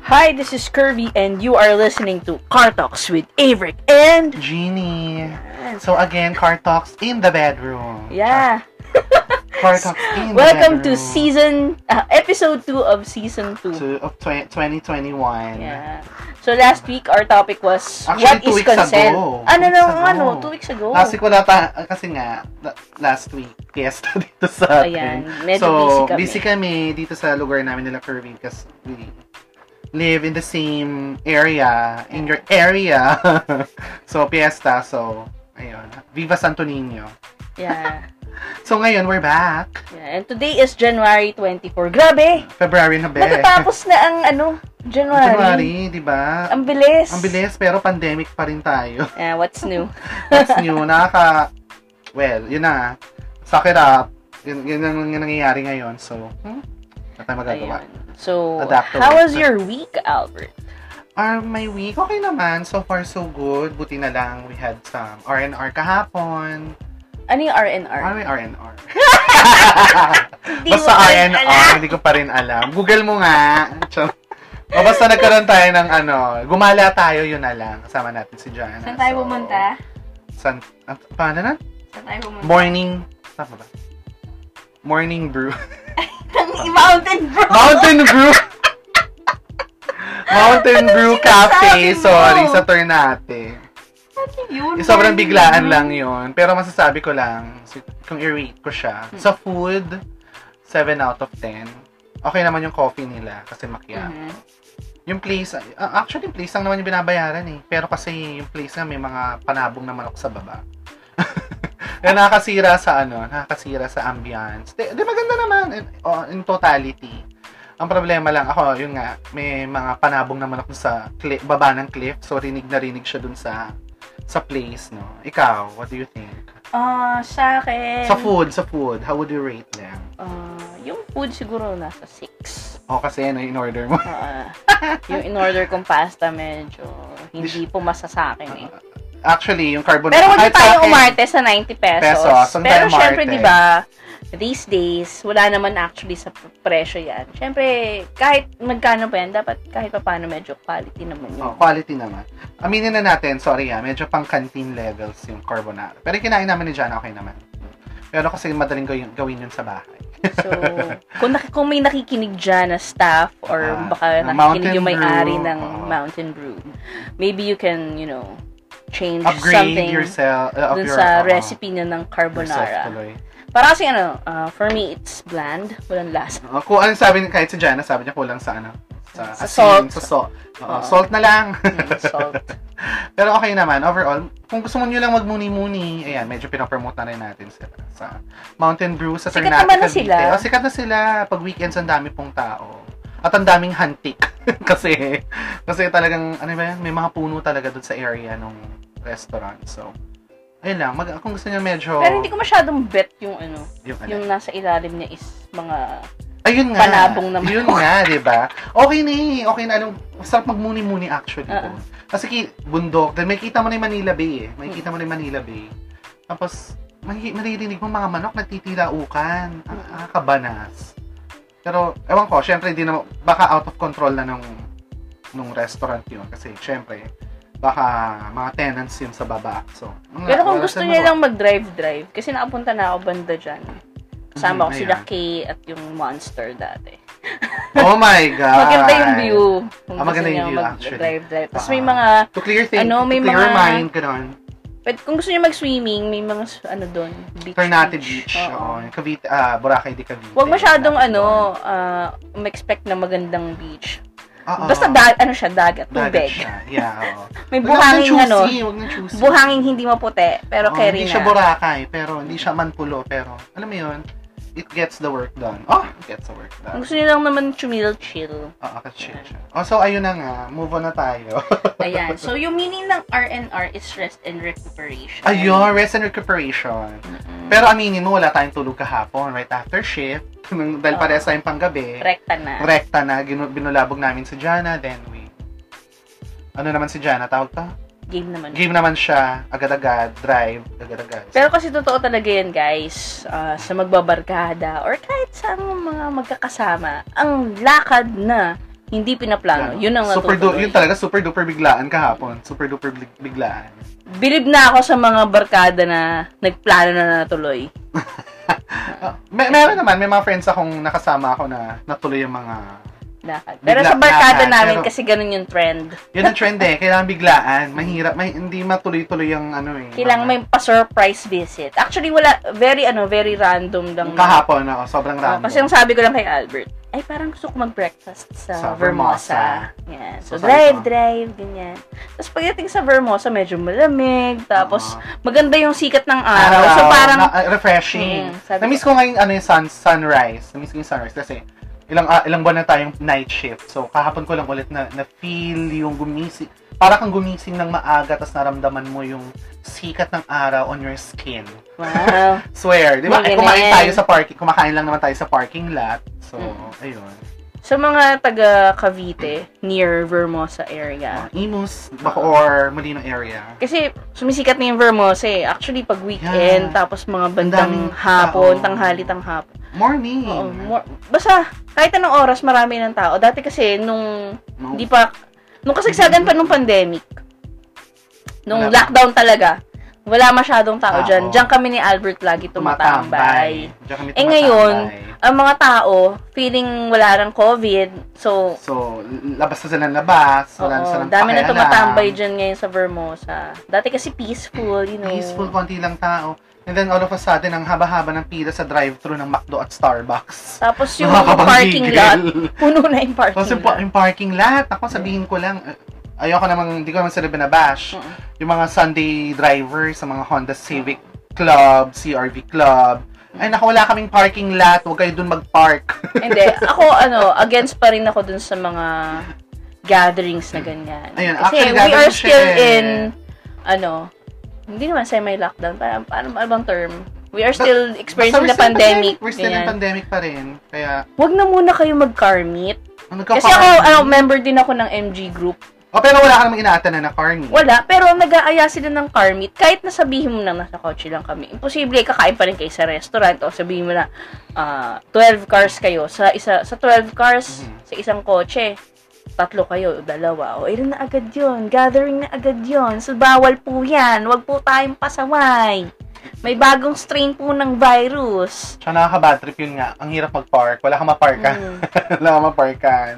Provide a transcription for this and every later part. Hi, this is Kirby, and you are listening to Car Talks with Averick and. Genie. So again, car talks in the bedroom. Yeah. Car talks in Welcome the to bedroom. season uh, episode 2 of season 2. Two of twen- 2021. Yeah. So last week our topic was Actually, what two is weeks consent? ago. Ano na Two weeks ago. ano, two weeks ago. Last week wala pa, kasi nga, la- last week, fiesta dito sa Ayan, atin. medyo so, busy kami. dito sa lugar namin nila Kirby because we live in the same area, in your area. so, fiesta. So, ayun. Viva Santo Niño. Yeah. So, ngayon, we're back. yeah. And today is January 24. Grabe. February na be. Natatapos na ang ano, January. January, di ba? Ang bilis. Ang bilis, pero pandemic pa rin tayo. Yeah, what's new? What's new? Nakaka... Well, yun na. Suck it up. Yun, yun ang yun ang nangyayari ngayon. So, hmm? Wala tayong magagawa. Ayun. So, Adapt to how it. was your week, Albert? Our my Ah, week, okay naman. So far, so good. Buti na lang we had some R&R kahapon. Ano yung R&R? Ano yung R&R? Hindi Basta mo pa rin R&R, alam. hindi ko pa rin alam. Google mo nga. Char- O, basta nagkaroon tayo ng ano, gumala tayo, yun na lang. Kasama natin si Joanna. Saan tayo So, pumunta? San, at, paano na? Saan tayo pumunta? Morning, tama ba? Morning brew. Ang mountain bro! Mountain Brew. Mountain Brew Cafe. Ano sinasabi mo? Sorry, sa Ternate. Yun, Eh, sobrang morning biglaan brew. lang yon Pero masasabi ko lang, si- kung i-rate ko siya, sa food, 7 out of 10. Okay naman yung coffee nila kasi Mm-hmm. macchiato. Mhm. Yung place, uh, actually yung place lang naman yung binabayaran eh. Pero kasi yung place nga may mga panabong na manok sa baba. Kaya nakakasira sa ano, nakakasira sa ambience. Di, di maganda naman in, oh, in totality. Ang problema lang ako, yun nga, may mga panabong na manok sa cli- baba ng cliff. So rinig na rinig siya dun sa sa place, no? Ikaw, what do you think? Ah, sa akin. Sa food, sa food, how would you rate them? ah, yung food siguro nasa 6. O kasi ano in order mo? Ah, yung in-order kong pasta medyo hindi pumasa sa akin eh. Actually, yung carbonara. Pero wag Ah, kahit sa tayo akin, umarte sa 90 pesos. Pesos, ang Pero tayo syempre, umarte. di ba, these days, wala naman actually sa p- presyo yan. Syempre, kahit magkano pa yan, dapat kahit pa paano medyo quality naman yun. Oh, quality naman. Aminin na natin, sorry ha, medyo pang canteen levels yung carbonara. Pero yung kinain namin ni Jana, okay naman. Pero kasi madaling gawin, gawin yun sa bahay. So, kung, naki- kung may nakikinig dyan na staff or Ah, baka ng nakikinig Mountain yung may-ari Brew, ng oo. Mountain Brew, maybe you can, you know, change Upgrade something yourself. Uh, of dun your, sa oo, recipe niya ng yourself carbonara. tuloy. Para kasi ano, ah, for me, it's bland. Walang lasa. Oo, kung ano sabi ni- kahit si Jana, sabi niya kulang sa ano. Sa, Sa asin, salt. Sa salt. Oo, Oo. salt na lang. Mm, salt. Pero okay naman, overall. Kung gusto mo nyo lang magmuni-muni, ayan, medyo pinapromote na rin natin sila. Sa Mountain Brew, sa Sikat Ternate, naman na sila. Cavite. Oh, sikat na sila. Pag weekends, ang dami pong tao. At ang daming hantik. kasi, kasi talagang, ano ba yan, may mga puno talaga doon sa area nung restaurant. So, ayun lang. Mag, kung gusto nyo medyo... Pero hindi ko masyadong bet yung ano, yung, ano, yung nasa ilalim niya is mga Ayun nga. Panabong naman. Yun nga, di ba? Okay na eh. Okay na. Anong, sarap magmuni-muni actually. Oo. doon. Kasi ki- bundok. Then may kita mo na yung Manila Bay eh. Hmm. May kita mo na yung Manila Bay. Tapos, may, maririnig mo mga manok nagtitilaukan. Hmm. Ang ah, kabanas. Pero, ewan ko, syempre, di na, baka out of control na nung, nung restaurant yun. Kasi, syempre, baka mga tenants yun sa baba. So, mga- Pero kung wala gusto silang niya magawa. lang mag-drive-drive, kasi nakapunta na ako banda dyan. Kasama ko Mhm, sila ayan. Kay at yung Monster dati. Oh my God! Maganda yung view. Kung Ah, maganda gusto niya yung view, actually. mag-drive-drive. Tapos Ah. may mga, To clear things, Ano, may to clear mga- mind, ganun. but kung gusto niya mag-swimming, may mga s- ano doon, beach. Ternate Beach. Oo. Oo. yung Cavite, ah, Boracay de Cavite. Huwag masyadong Dagat ano, uh, expect na magandang beach. doon. Oo. Basta dag, ano siya, dagat, Ah. Dagat tubig. siya. Yeah, oo. May Huwag nang buhangin ano, choosy, Huwag nang choosy. buhangin hindi maputi, pero Oo, carry Hindi na. siya Boracay, pero hindi siya Manpulo, pero alam mo yun, it gets the work done. Oh, it gets the work Kung done. gusto niyo lang naman chumil-chill. Oo, kasi siya. Oh, so ayun na nga, move on na tayo. Ayan. So, yung meaning ng R&R is rest and recuperation. Ayun, rest and recuperation. Mm-mm. Pero aminin mo, wala tayong tulog kahapon, right after shift. Nung- Dahil Oo. parehas tayong panggabi. Rekta na. rekta na, ginu- binulabog namin si Jana, then we, ano naman si Jana, tawag to? Game naman. Game naman siya, agad-agad, drive, agad-agad. Pero kasi totoo talaga yan, guys. Ah, sa magbabarkada or kahit sa mga magkakasama, ang lakad na Hindi pinaplano. ah, Yun ang Ano, super du- natutuloy. yun talaga super duper biglaan kahapon. Super duper big- biglaan. Bilib na ako sa mga barkada na nagplano na natuloy. Ah, may meron naman may mga friends akong nakasama ako na natuloy yung mga Lakad. Pero sa Bigla- barkada lakad, namin pero- kasi ganun yung trend. yun ang trend eh, kailangan biglaan, mahirap, may, hindi matuloy-tuloy yung ano eh. Kailangan may pa-surprise visit. Actually, wala, very ano, very random lang. mga- kahapon ako, Oo, sobrang random. Ah, kasi yung sabi ko lang kay Albert, ay parang gusto ko mag-breakfast sa, Sa Vermosa. Yan. So, So, sabi drive, ko. drive, ganyan. Tapos pagdating sa Vermosa, medyo malamig. Tapos, Oo. maganda yung sikat ng araw. so, Ah. Araw, parang, na- ah, refreshing. Mm, sabi Namiss ko ngayon ano yung sun, sunrise. Namiss ko yung sunrise kasi ilang ah, ilang buwan na tayong night shift. So kahapon ko lang ulit na na feel yung gumising. Para kang gumising ng maaga tapos naramdaman mo yung sikat ng araw on your skin. wow. Swear, di ba? May Eh, kumain ganun. tayo sa parking, kumakain lang naman tayo sa parking lot. So, Mm. ayun. Sa mga taga Cavite, near Vermosa area. Mga Imus, Bacoor, Molino area. Kasi sumisikat na yung Vermosa eh. Actually, pag weekend, Yeah. tapos mga bandang daming hapon, tao. tanghali, tanghapon. Morning. Oo, more, basta, kahit anong oras, marami ng tao. Dati kasi, nung, No. di pa, nung kasagsagan pa nung pandemic, nung Wala. Ah, lockdown talaga, wala masyadong tao Tao. dyan. Diyan kami ni Albert lagi tumatambay. Diyan kami Eh, ngayon, tumatambay. Ang mga tao, feeling wala rang COVID, so, So, labas na sila ng labas. Wala na oo, silang dami na pakialam. tumatambay dyan eh. ngayon sa Vermosa. Dati kasi peaceful, you know. Peaceful, konti lang tao. And then all of a sudden, ang haba-haba ng pila sa drive-thru ng McDo at Starbucks. Tapos yung Nakakapanggigil. parking lot, puno na yung parking Tapos yung, pa- lot. Mm. yung parking lot, ako sabihin ko lang, eh, ayoko namang, hindi ko naman sila binabash. Mm. Yung mga Sunday driver sa mga Honda Civic Club, CRV Club, Mm. ay naku, wala kaming parking lot, huwag kayo dun mag-park. Hindi. Ako, ano, against pa rin ako dun sa mga gatherings na ganyan. Ayun, Kasi actually, we are gathering siya still eh. in, ano, hindi naman semi-lockdown. Parang, paano, ano bang term? We are still experiencing Basta the we're still in pandemic. We're still in ganyan. pandemic pa rin. Kaya, Huwag na muna kayo mag-car meet. ano Kasi ako, ano, member din ako ng MG group. O, pero wala ka namang inaatanan na car meet. Wala, pero nag-aaya sila ng car meet. Kahit nasabihin mo na nasa kotse lang kami. Imposible, kakain pa rin kayo sa restaurant. O sabihin mo na, ah, 12 cars kayo. Sa isa sa 12 cars, Mhm. sa isang kotse, tatlo kayo, o dalawa. O, ilan na agad yon Gathering na agad yon So, bawal po yan. Huwag po tayong pasaway. May bagong strain po ng virus. Tsaka nakaka-bad trip yun nga. Ang hirap mag-park. Wala kang maparkan. Mm. Wala kang maparkan.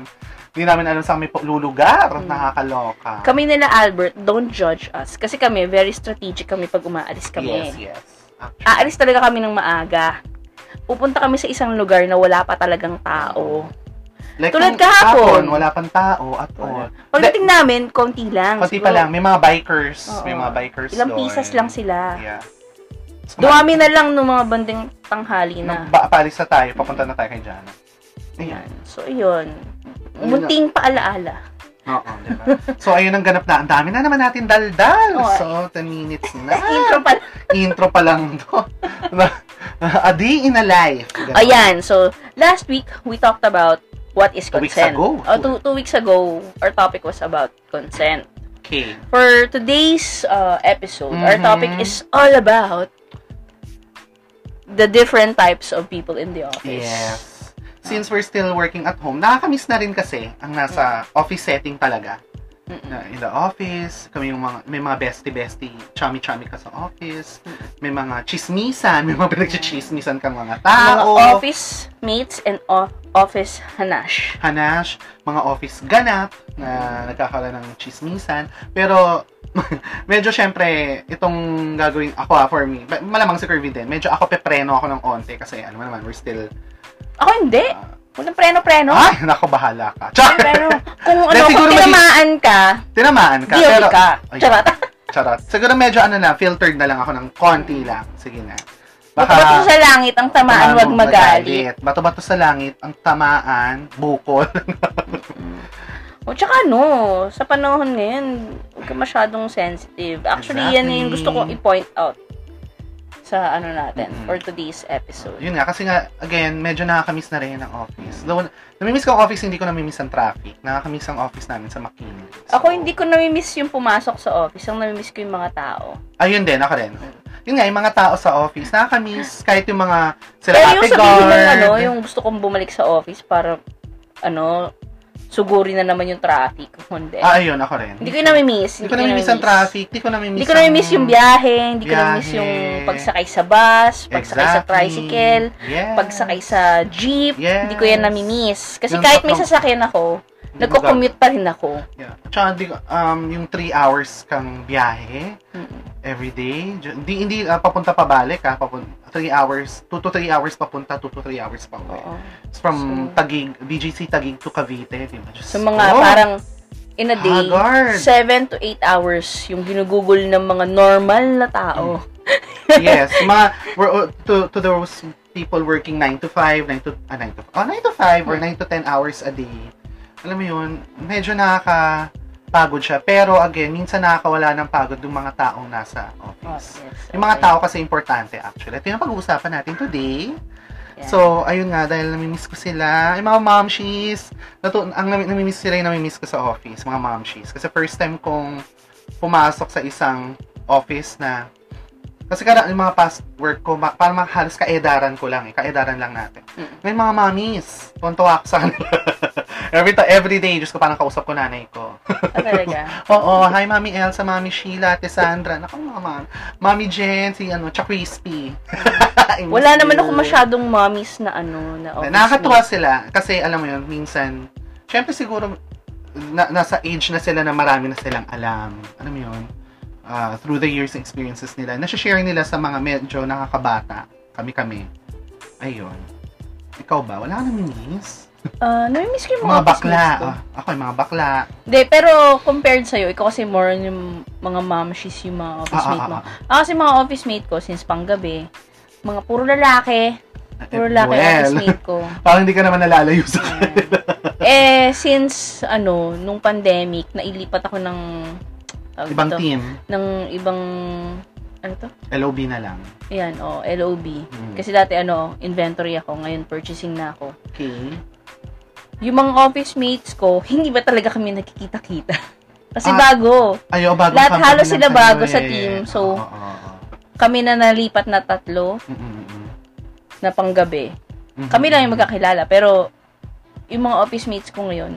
Hindi namin alam sa may lulugar. Mm. Nakakaloka. Kami nila, Albert, don't judge us. Kasi kami, very strategic kami pag umaalis kami. Ah, Yes, yes. Actually, aalis talaga kami ng maaga. Pupunta kami sa isang lugar na wala pa talagang tao. like, tulad kung kahapon. Wala pang tao at all. Wala. Pagdating namin, konti lang. Kasi Siguro pa lang, may mga bikers. Oo. May mga bikers Ilang doon. pieces lang sila. Yeah. Dumami na lang nung mga banding tanghali na. na. Paalis na tayo. Papunta na tayo kay Jana. Ayan. Ayan. So, yun. Ayun Munting paalaala. Oo, diba? So, ayun ang ganap na. Ang dami na naman natin daldal. Oo. So, 10 minutes na. Intro pa lang. intro pa lang to. A day in a life. Ganun. Ayan. So, last week, we talked about what is Two weeks consent. ago. Oh, two, two weeks ago, our topic was about consent. Okay. For today's uh, episode, our Mhm. topic is all about the different types of people in the office. Yes. Since we're still working at home, nakakamiss na rin kasi ang nasa office setting talaga. Mm-mm. Na in the office, kami yung mga, may mga bestie-bestie, chummy-chummy ka sa office, may mga chismisan, may mga pinagchichismisan kang Mga mga tao, office mates and o- office hanash. hanash, mga office ganap na nagkakaroon ng chismisan. Pero, medyo syempre, itong gagawin ako ah, for me, ba- malamang si Kirby din, medyo ako pepreno ako ng onte kasi ano man naman, we're still, Ako hindi. Ah. Walang preno-preno. ay, nako, bahala ka. Char! Preno. Kung ano, kung Dahil siguro magi- tinamaan ka, Tinamaan ka, guilty pero, ka. Ay. Charot. charot. Siguro medyo ano na, filtered na lang ako ng konti lang. Sige na. Bato-bato sa langit, ang tamaan, wag magalit. Bato-bato sa langit, ang tamaan, bukol. O tsaka ano, sa panahon ngayon, huwag ka masyadong sensitive. Actually, yan Exactly. yung gusto kong i-point out sa ano natin Mm-mm. for today's episode. Yun nga, kasi nga, again, medyo nakakamiss na rin ang office. Though, namimiss ko ang office, hindi ko namimiss ang traffic. Nakakamiss ang office namin sa McKinley. So, Ako hindi ko namimiss yung pumasok sa office, ang namimiss ko yung mga tao. Ayun din, ako rin. Yun nga, yung mga tao sa office, nakakamiss. Kahit yung mga, sila Pero yung Ate sabihin mo Guard. ano, yung gusto kong bumalik sa office para ano, Suguri na naman yung traffic. Kung Hindi. Ah, ayun, ako rin. hindi ko yung namimiss. Hindi ko namimiss ang traffic, hindi ko namimiss Hindi ko namimiss yung biyahe, hindi ko namimiss biyahe. yung pagsakay sa bus, pagsakay sa Exactly. tricycle, Yes. pagsakay sa jeep. Yes. Hindi ko yan namimiss. Kasi Yung kahit may tatlong- sasakyan ako, Hindi mo nagko-commute pa rin ako. Yeah. Tsaka hindi ko- um, yung 3 hours kang biyahe Mm. every day. Ju- Hindi, hindi ah, papunta pabalik ha. Papunta, 3 hours, 2 to 3 hours papunta, 2 to 3 hours pa uwi. Oo. It's From Taguig, BGC Taguig to Cavite. Diba? Diyos So mga ko. parang in a day, Haggard. 7 to 8 hours yung ginugugol ng mga normal na tao. Mm. yes, mga we're, oh, to to those people working 9 to 5, 9 to ah, 9 to oh, 9 to 5 Mm. or 9 to 10 hours a day. Alam mo 'yun, medyo nakaka pagod siya. Pero again, minsan nakakawala ng pagod yung mga taong nasa Oh, office. yes. Yung mga Okay. tao kasi importante actually. Ito yung pag-uusapan natin today. Yeah. So, ayun nga, dahil namimiss ko sila. Yung mga momshies, nato, ang nami- namimiss sila yung namimiss ko sa office, mga momshies. Kasi first time kong pumasok sa isang office na, kasi kada yung mga past work ko, ma, parang mga halos kaedaran ko lang eh, kaedaran lang natin. Mm. May mga mommies, tuwan-tuwa ako sa kanila. every, to, every day, Diyos ko, parang kausap ko nanay ko. Ah, talaga. Oo, hi Mami Elsa, Mami Sheila, Ate Sandra, naku mga mami, Mami Jen, si ano, Cha Crispy. I miss Wala naman ako you. Oh, masyadong mommies na ano, na office Nakakatuwa mate. sila kasi alam mo yun, minsan, syempre siguro na, nasa age na sila na marami na silang alam. Alam mo yun? Ah, through the years and experiences nila. Nasa-share nila sa mga medyo nakakabata. Kami-kami. Ayun. Ikaw ba? Wala ka namimiss? Ah, namimiss ko yung mga, Mga office bakla. mates ko. Ah, ako yung mga bakla. Hindi, pero compared sa'yo, ikaw kasi more on yung mga momshies yung mga Ah, office ah, mate mo. ah, ah. Ako kasi mga office mate ko, since panggabi, mga puro lalaki, puro lalaki ang Well, office mate ko. parang hindi ka naman nalalayo sa Ayan. eh, since, ano, nung pandemic, nailipat ako ng, tawag ibang dito, team. ng ibang, ano to? LOB na lang. Ayan, oh, LOB. Mm. Kasi dati, ano, inventory ako, ngayon purchasing na ako. Okay. Yung mga office mates ko, hindi ba talaga kami nakikita-kita? Kasi Ah. bago, Ayo, bago Lahat company halos lang sila sa'yo bago sa eh. team, so, Oo, oo, oo. kami na nalipat na tatlo Mm, mm, mm, mm. na panggabi. Mhm. Kami lang yung magkakilala, pero yung mga office mates ko ngayon,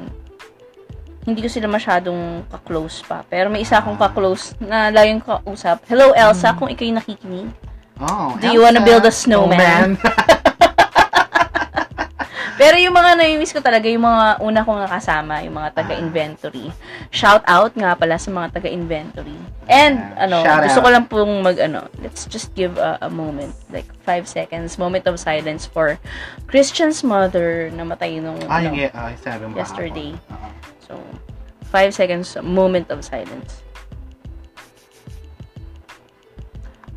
hindi ko sila masyadong ka-close pa. Pero may isa Ah. akong ka-close na laging kausap. Hello, Hmm. Elsa, kung ikaw yung nakikinig. Oh, Do you wanna build a snowman? Pero yung mga namimiss ko talaga, yung mga una kong nakasama, yung mga taga-inventory. Shout out nga pala sa mga taga-inventory. And, Yeah, ano, shout gusto out. ko lang pong mag, ano, let's just give a, a moment, like, five seconds, moment of silence for Christian's mother na matay nung, ano, Ay, yeah, ay, sabi mo. Yesterday. ako. Oo. so, five seconds, moment of silence.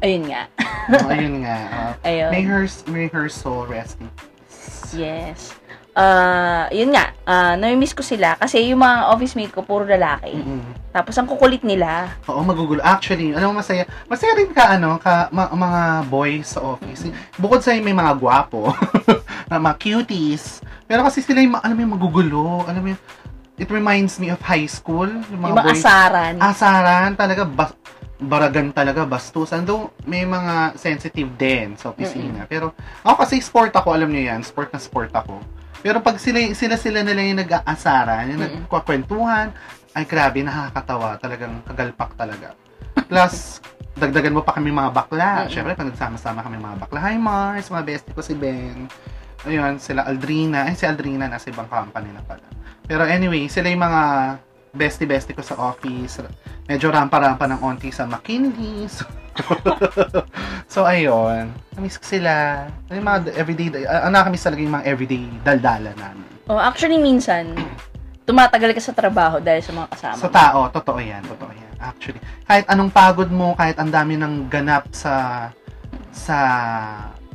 Ayun nga. Oh, ayun nga. oo. Ayun. may, her, may her soul rest in peace. Yes. Ah, yun nga, ah, namimiss ko sila kasi yung mga office mate ko puro lalaki. Mm-mm. Tapos ang kukulit nila. Oo, magugulo. Actually, alam mo, masaya. Masaya rin ka, ano, ka, ma- mga boys sa office. Bukod sa may mga gwapo, na mga cuties. Pero kasi sila yung, ma- alam mo yung magugulo. Alam mo yung, it reminds me of high school. Yung yung mga, mga boys. Ah. asaran. asaran talaga bas baragan talaga bastusan though may mga sensitive din sa opisina pero ako kasi sport ako alam niyo yan sport na sport ako pero pag sila sila sila nila yung nag-aasaran yung Mm-mm. nagkwakwentuhan ay grabe nakakatawa talagang kagalpak talaga plus dagdagan mo pa kami mga bakla Mm-mm. syempre pag nagsama-sama kami mga bakla hi Mars mga bestie ko si Ben ayun sila Aldrina ay si Aldrina nasa ibang company na pala pero anyway sila yung mga bestie-bestie ko sa office medyo rampa-rampa ng onti sa McKinley. So, so ayun. Namiss ko sila. Yung mga everyday, uh, nakamiss talaga yung mga everyday daldala namin. Oh, actually minsan tumatagal ka sa trabaho dahil sa mga kasama. Sa mo. tao, totoo yan, totoo yan. Actually, kahit anong pagod mo, kahit ang dami ng ganap sa, sa,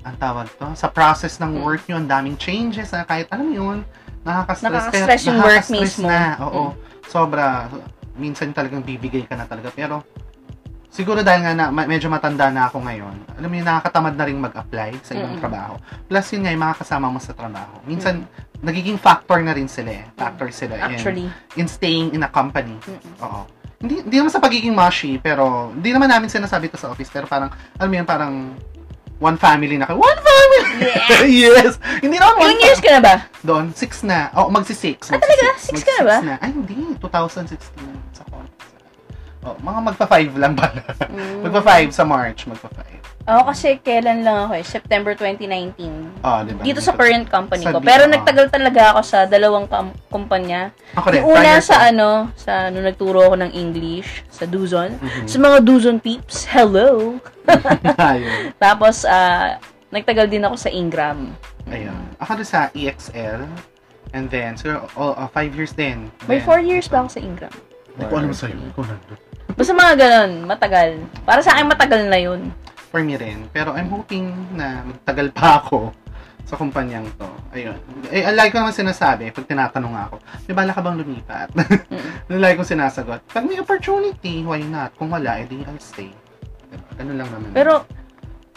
ang tawag to, sa process ng Mm. work nyo, ang daming changes, na kahit, alam mo yun, nakaka-stress. pero Nakaka-stress yung work nakaka-stress mismo. Hmm. Na, oo. Sobra. Minsan talagang bibigay ka na talaga. Pero, siguro dahil nga na, ma- medyo matanda na ako ngayon, alam mo yun, nakakatamad na rin mag-apply sa Mm. ibang trabaho. Plus yun nga, yung mga kasama mo sa trabaho. Minsan, nagiging factor na rin sila eh. Factor sila. in- Actually. in staying in a company. Mm-mm. Oo. Hindi, hindi naman sa pagiging mushy, pero hindi naman namin sinasabi to sa office, pero parang, alam mo yun, parang One family na kayo. One family! yes! Hindi naman Ilang one years fa- ka na ba? Doon, six na. Oo, oh, Ah, magsi-six. talaga? magsi-six, Six ka na magsi-six ba? Ay, hindi. 2016 sa college. Oh, mga magpa-five lang pala. Mm. magpa-five sa March, magpa-five. Oo, kasi kailan lang ako eh. September 2019. Oh, di ba? Dito sa current company Sa ko. dito, Pero ah. nagtagal talaga ako sa dalawang kam- kumpanya. Ako rin, Yung una prior to- sa ano, sa nung nagturo ako ng English sa Duzon. Mhm. Sa mga Duzon peeps, hello! Ayun. Tapos, ah, nagtagal din ako sa Ingram. Ayun. Ako rin sa EXL. And then, so, oh, oh, five years din. May Then, four years ba ako sa Ingram? Hindi ko alam sa'yo. Ikaw nandun. Basta mga ganun, matagal. Para sa akin, matagal na yun. For me rin. Pero I'm hoping na magtagal pa ako sa kumpanyang to. Ayun. Eh, ang lagi ko naman sinasabi, pag tinatanong ako, may bala ka bang lumipat? Ang lagi kong sinasagot, pag may opportunity, why not? Kung wala, edi I'll stay. Diba? Ganun lang naman. Pero,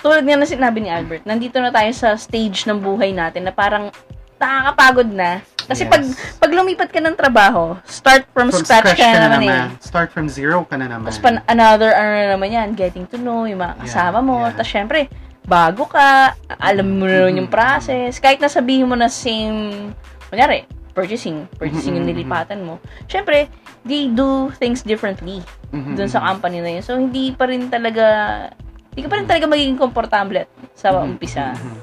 tulad nga na sinabi ni Albert, nandito na tayo sa stage ng buhay natin na parang nakakapagod na. Kasi Yes. pag pag lumipat ka ng trabaho, start from, from scratch, ka na naman, eh. Start from zero ka na naman. Tapos pan another ano na naman yan, getting to know yung mga Yeah, kasama mo. yeah. Tapos syempre, bago ka, alam mo na Mhm, rin yung process. Kahit nasabihin mo na same, kunyari, purchasing, purchasing yung Mhm, nilipatan mo. Syempre, they do things differently Mhm. dun sa company na yun. So, hindi pa rin talaga, hindi ka pa rin talaga magiging komportable at sa Mhm, umpisa. mhm.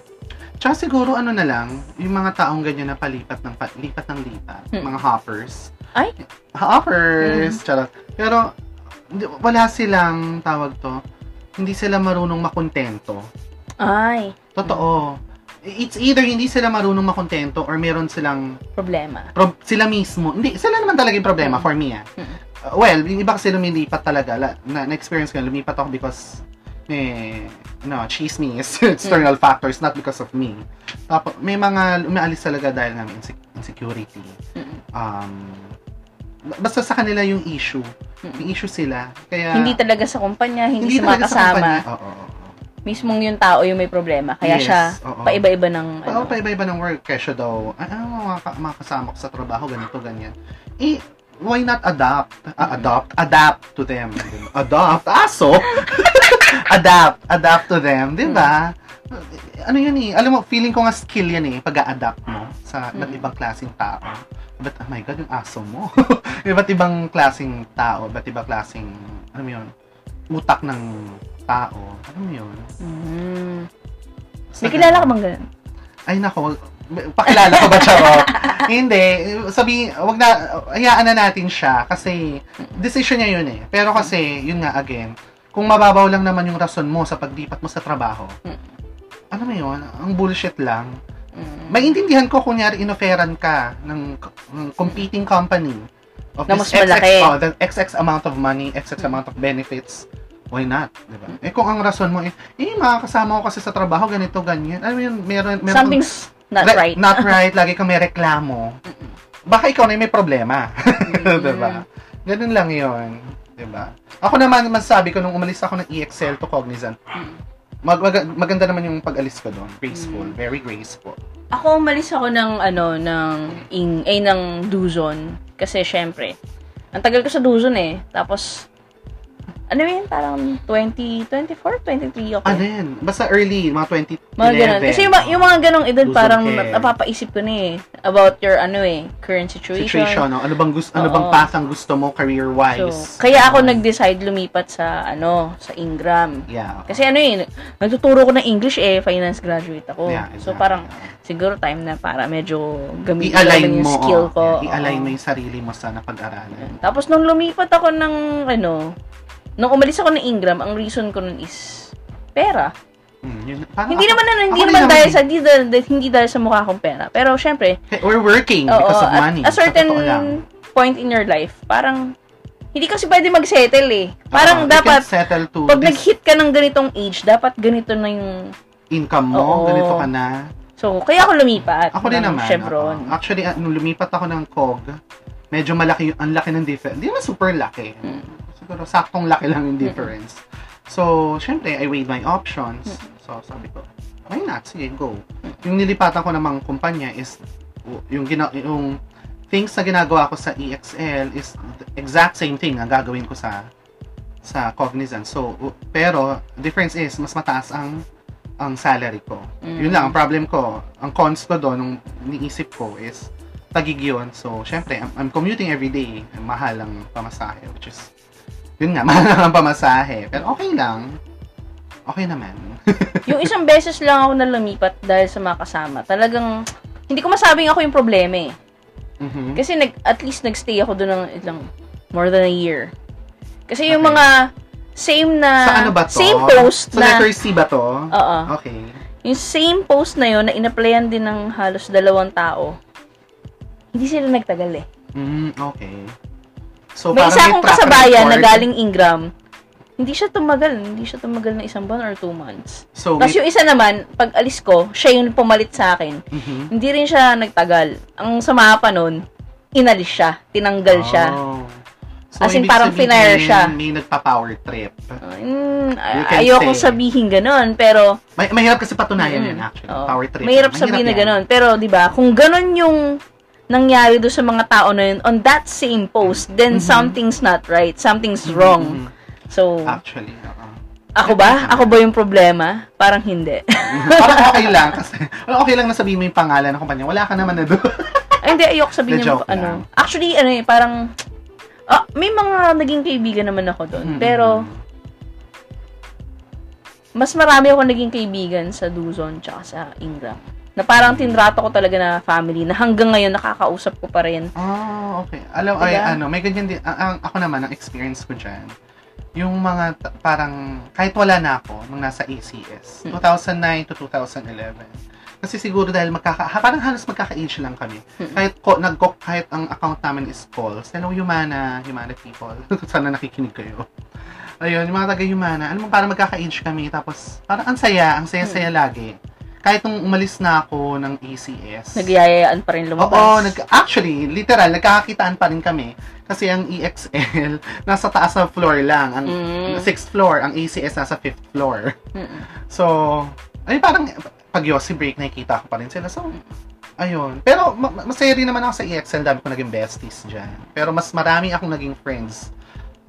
Tsaka siguro ano na lang, yung mga taong ganyan na palipat ng pa- lipat ng lipat, Hmm. mga hoppers. Ay. Hmm. Hoppers! Charot. Pero, hindi- wala silang tawag to, hindi sila marunong makontento. Ay, Totoo. Hmm. It's either hindi sila marunong makontento or meron silang problema. pro- sila mismo. Hindi, sila naman talaga yung problema for me ah. Mm. Uh, well, yung iba kasi lumilipat talaga. La, na, na-experience ko yun. Lumipat ako because eh, no, chismis, Mm. external factors, not because of me. Tapos, may mga umaalis talaga dahil ng inse- insecurity. Mm. Um, b- basta sa kanila yung issue. Mm. Yung issue sila. Kaya, Hindi talaga sa kumpanya, hindi, sa mga talaga kasama. kumpanya. Oo, oo, oo. Mismong yung tao yung may problema. Kaya Yes, siya, oo. paiba-iba ng, ano, Ano? pa iba-iba ng work, kesyo daw, ah, ano, mga, ka- mga kasama ko sa trabaho, ganito, ganyan. Eh, why not adapt? Ah, adopt? Adapt to them. Adopt? Aso? adapt. Adapt to them. Di ba? Ano yun eh? Alam mo, feeling ko nga skill yan eh, pag adapt mo sa iba't Mm. ibang klaseng tao. But, oh my God, yung aso mo. iba't ibang klaseng tao, iba't ibang klaseng, ano yun, utak ng tao. Ano yun? mm. May kilala ka bang ganun? ay nako, pakilala ko ba charot? Hindi, sabi, wag na, hayaan na natin siya kasi decision niya yun eh. Pero kasi, yun nga again, kung mababaw lang naman yung rason mo sa paglipat mo sa trabaho, Mm. ano mo yun, ang bullshit lang. Mm. Maintindihan ko kunyari inoferan ka ng, ng competing company of Na this mas XX, malaki. oh, the XX amount of money, XX amount of benefits, why not? Diba? Eh kung ang rason mo, eh, eh makakasama ko kasi sa trabaho, ganito, ganyan. Alam mo yun, meron, meron kang- Something's not Re- right. Not right. Lagi kang may reklamo. Baka ikaw na yung may problema. Mm. diba? Ganun lang yun. Diba? Ako naman, masasabi ko nung umalis ako ng EXL to Cognizant, mag- mag- maganda naman yung pag-alis ko doon. Graceful. Mm. Very graceful. Ako umalis ako ng ano ng ing eh, ng Duzon kasi syempre. Ang tagal ko sa Duzon eh. Tapos ano yun, parang 20, 24, 23 ako. Ano yun? Basta early, mga 2011. Mga ganun. Kasi yung, mga- yung mga ganong edad, Duzon parang care. napapaisip ko na eh. About your, ano eh, current situation. situation, no? ano bang gusto, ano Oo. bang path ang gusto mo So, career-wise? kaya ako nag-decide lumipat sa, ano, sa Ingram. Yeah. Kasi ano eh, nagtuturo ko ng English eh, finance graduate ako. Yeah, oh, So exactly. parang, siguro time na para medyo gamitin ko i-align yung mo, skill oh. ko. Yeah, i-align Oo. mo yung sarili mo sa napag-aralan. Yun. Tapos nung lumipat ako ng ano, nung umalis ako ng Ingram, ang reason ko nun is pera. Mm, yun. Parang hindi ako- naman ano, hindi ako rin naman dahil eh. sa hindi dahil, hindi dahil sa mukha kong pera. Pero syempre, We're working oo, because of at money. a Sa certain totoo lang. point in your life, parang hindi kasi pwede mag-settle eh. Parang Oo, dapat You Ah, can settle to pag this nag-hit ka ng ganitong age, dapat ganito na yung income Oo. mo, ganito ka na. So, kaya ako lumipat. Ako rin ng naman. Chevron. oo. Actually, ah, nung lumipat ako ng COG, medyo malaki yung, ang laki ng difference. Hindi naman super laki. Mm. Siguro saktong laki lang Hmm. yung difference. So, syempre, I weighed my options. Hmm. So, sabi ko, why not? Sige, go. Yung nilipatan ko namang kumpanya is, yung, gina, yung things na ginagawa ko sa EXL is the exact same thing na gagawin ko sa sa Cognizant. So, u- pero, difference is, mas mataas ang ang salary ko. Mm. Yun lang, ang problem ko, ang cons ko doon, nung niisip ko is, tagig yun. So, syempre, I'm, I'm commuting every day. Mahal ang pamasahe, which is, yun nga, mahal lang ang pamasahe. Pero okay lang. Okay naman. yung isang beses lang ako na lumipat dahil sa mga kasama. Talagang, hindi ko masabing ako yung problema eh. Mhm. Kasi nag, at least nagstay ako doon ng ilang, more than a year. Kasi yung Okay. mga same na, Sa ano ba to? same post Sa na, letter C ba to? oo, Okay. yung same post na yun na inaplayan din ng halos dalawang tao, hindi sila nagtagal eh. Mm, okay. So, May parang isa akong track kasabayan na record. galing Ingram, hindi siya tumagal, hindi siya tumagal na isang buwan or two months. So, Tapos yung isa naman, pag alis ko, siya yung pumalit sa akin. Mhm. Hindi rin siya nagtagal. Ang sama pa nun, inalis siya, tinanggal siya. Oh. As in, ibig parang sabihin, finire siya. May nagpa-power trip. Mm, You can ayoko say. sabihin ganun, pero... May, mahirap kasi patunayan yan, Mm, actually. oo. Power trip. Mahirap sabihin na yan. ganun. Pero, di ba, kung ganun yung nangyari do sa mga tao na yun, on that same post, then Mhm. something's not right, something's wrong. Mhm. So, Actually, oo. ako ba? Ah. Ako ba yung problema? Parang hindi. parang okay lang. Kasi, well, okay lang na sabihin mo yung pangalan ng kumpanya. Wala ka naman na doon. Ay, hindi, ayoko sabihin The yung joke ano. lang. Actually, ano eh, parang... ah, may mga naging kaibigan naman ako doon. Mm-hmm. Pero, mas marami ako naging kaibigan sa Luzon tsaka sa Ingram. Na parang tinrato ko talaga na family na hanggang ngayon nakakausap ko pa rin. Oh, okay. Alam, ay, Diba? ano, may ganyan din. Ang, ang- ako naman, ang experience ko dyan, yung mga t- parang, kahit wala na ako, nung nasa ACS, Mm. 2009 to 2011. Kasi siguro dahil magkaka, ha, parang halos magkaka-age lang kami. Mm. Kahit, ko, nag, kahit ang account namin is calls. Hello, Humana, Humana people. Sana nakikinig kayo. Ayun, yung mga taga-Humana, alam mo, parang magkaka-age kami. Tapos, parang ang saya, ang saya-saya lagi. Kahit nung umalis na ako ng ACS. Nagyayayaan pa rin lumabas. Oo, nag, actually, literal, nagkakakitaan pa rin kami. Kasi ang EXL, nasa taas na floor lang. Ang Mm. sixth floor, ang ACS nasa fifth floor. Mm-mm. So, ay parang pag Yossi break, nakikita ko pa rin sila. So, ayun. Pero ma- ma- masaya rin naman ako sa EXL, dami ko naging besties dyan. Pero mas marami akong naging friends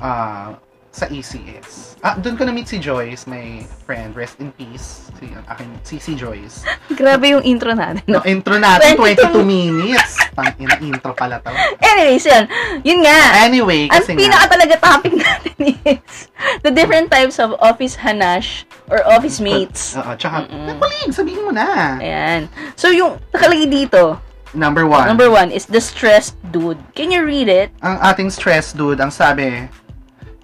ah, sa ECS. Ah, doon ko na-meet si Joyce, my friend. Rest in peace. Si, ang aking, si, si Joyce. Grabe yung intro natin. No, intro natin, 22, 22 minutes. Pang ina- intro pala to. Anyways, yun. Yun nga. Anyway, Ang kasi nga, pinaka talaga topic natin is the different types of office hanash or office mates. Oo, tsaka, Mm-mm. Eh. kulig, sabihin mo na. Ayan. So, yung nakalagay dito, Number one, number one is the stressed dude. Can you read it? ang ating stress, dude, ang sabi,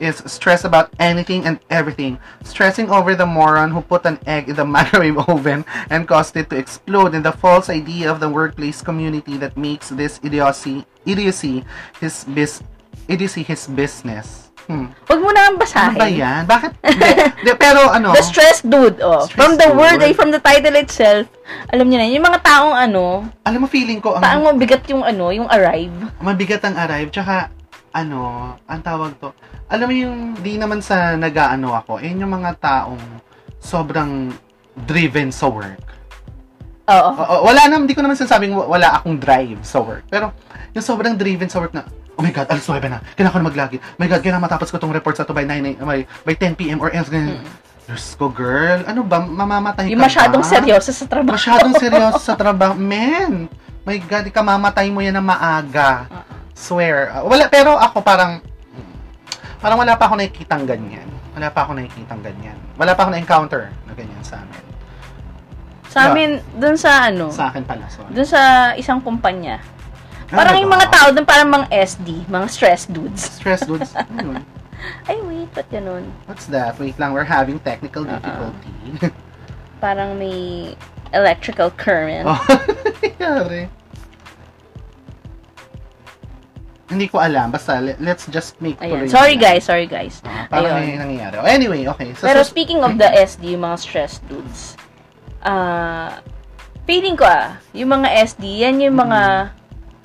is stress about anything and everything. Stressing over the moron who put an egg in the microwave oven and caused it to explode and the false idea of the workplace community that makes this idiocy, idiocy his bus idiocy his business. Hmm. Huwag mo na ang Ano ba basahin. yan? Bakit? Hindi, hindi, pero ano? The stressed dude, oh. Stressed from the word, ay dude. from the title itself, alam niyo na, yung mga taong ano, alam mo, feeling ko, ang taong mabigat yung ano, yung arrive. mabigat ang arrive, tsaka, ano, ang tawag to, alam mo yung, di naman sa nagaano ako, eh yung mga taong sobrang driven sa work. Oo. Oo, wala naman, di ko naman sinasabing wa- wala akong drive sa work. Pero, yung sobrang driven sa work na, oh my God, alas 9 na, kailangan ko na maglagi. Oh my God, kailangan matapos ko tong report sa to by 9, a- by, by 10 p.m. or else, ganyan. Diyos ko, girl, ano ba, mamamatay Yung ka masyadong ba? seryoso sa trabaho. Masyadong seryoso sa trabaho. Men, my God, ikamamatay mo yan na maaga. Swear. Uh, wala, pero ako parang, parang wala pa ako nakikitang ganyan. Wala pa ako nakikitang ganyan. Wala pa ako na-encounter na ganyan sa amin. Sa amin, dun sa ano, Sa akin pala, sorry. dun sa isang kumpanya, parang Ano yung ba? mga tao dun parang mga SD, mga stressed dudes. Stress dudes. Ano yun? Ay, wait, ba't ganun? What's that? Wait lang, we're having technical Uh-uh. difficulty. Parang may electrical current. Oh, nangyari. Hindi ko alam. Basta, le- let's just make Ayan. tuloy Sorry na lang. guys, sorry guys. Ah, parang Ayun. may nangyayari. Oh, Anyway, okay. So, Pero so- speaking of the SD, yung mga stress dudes, ah, feeling ko ah, yung mga SD, yan yung mga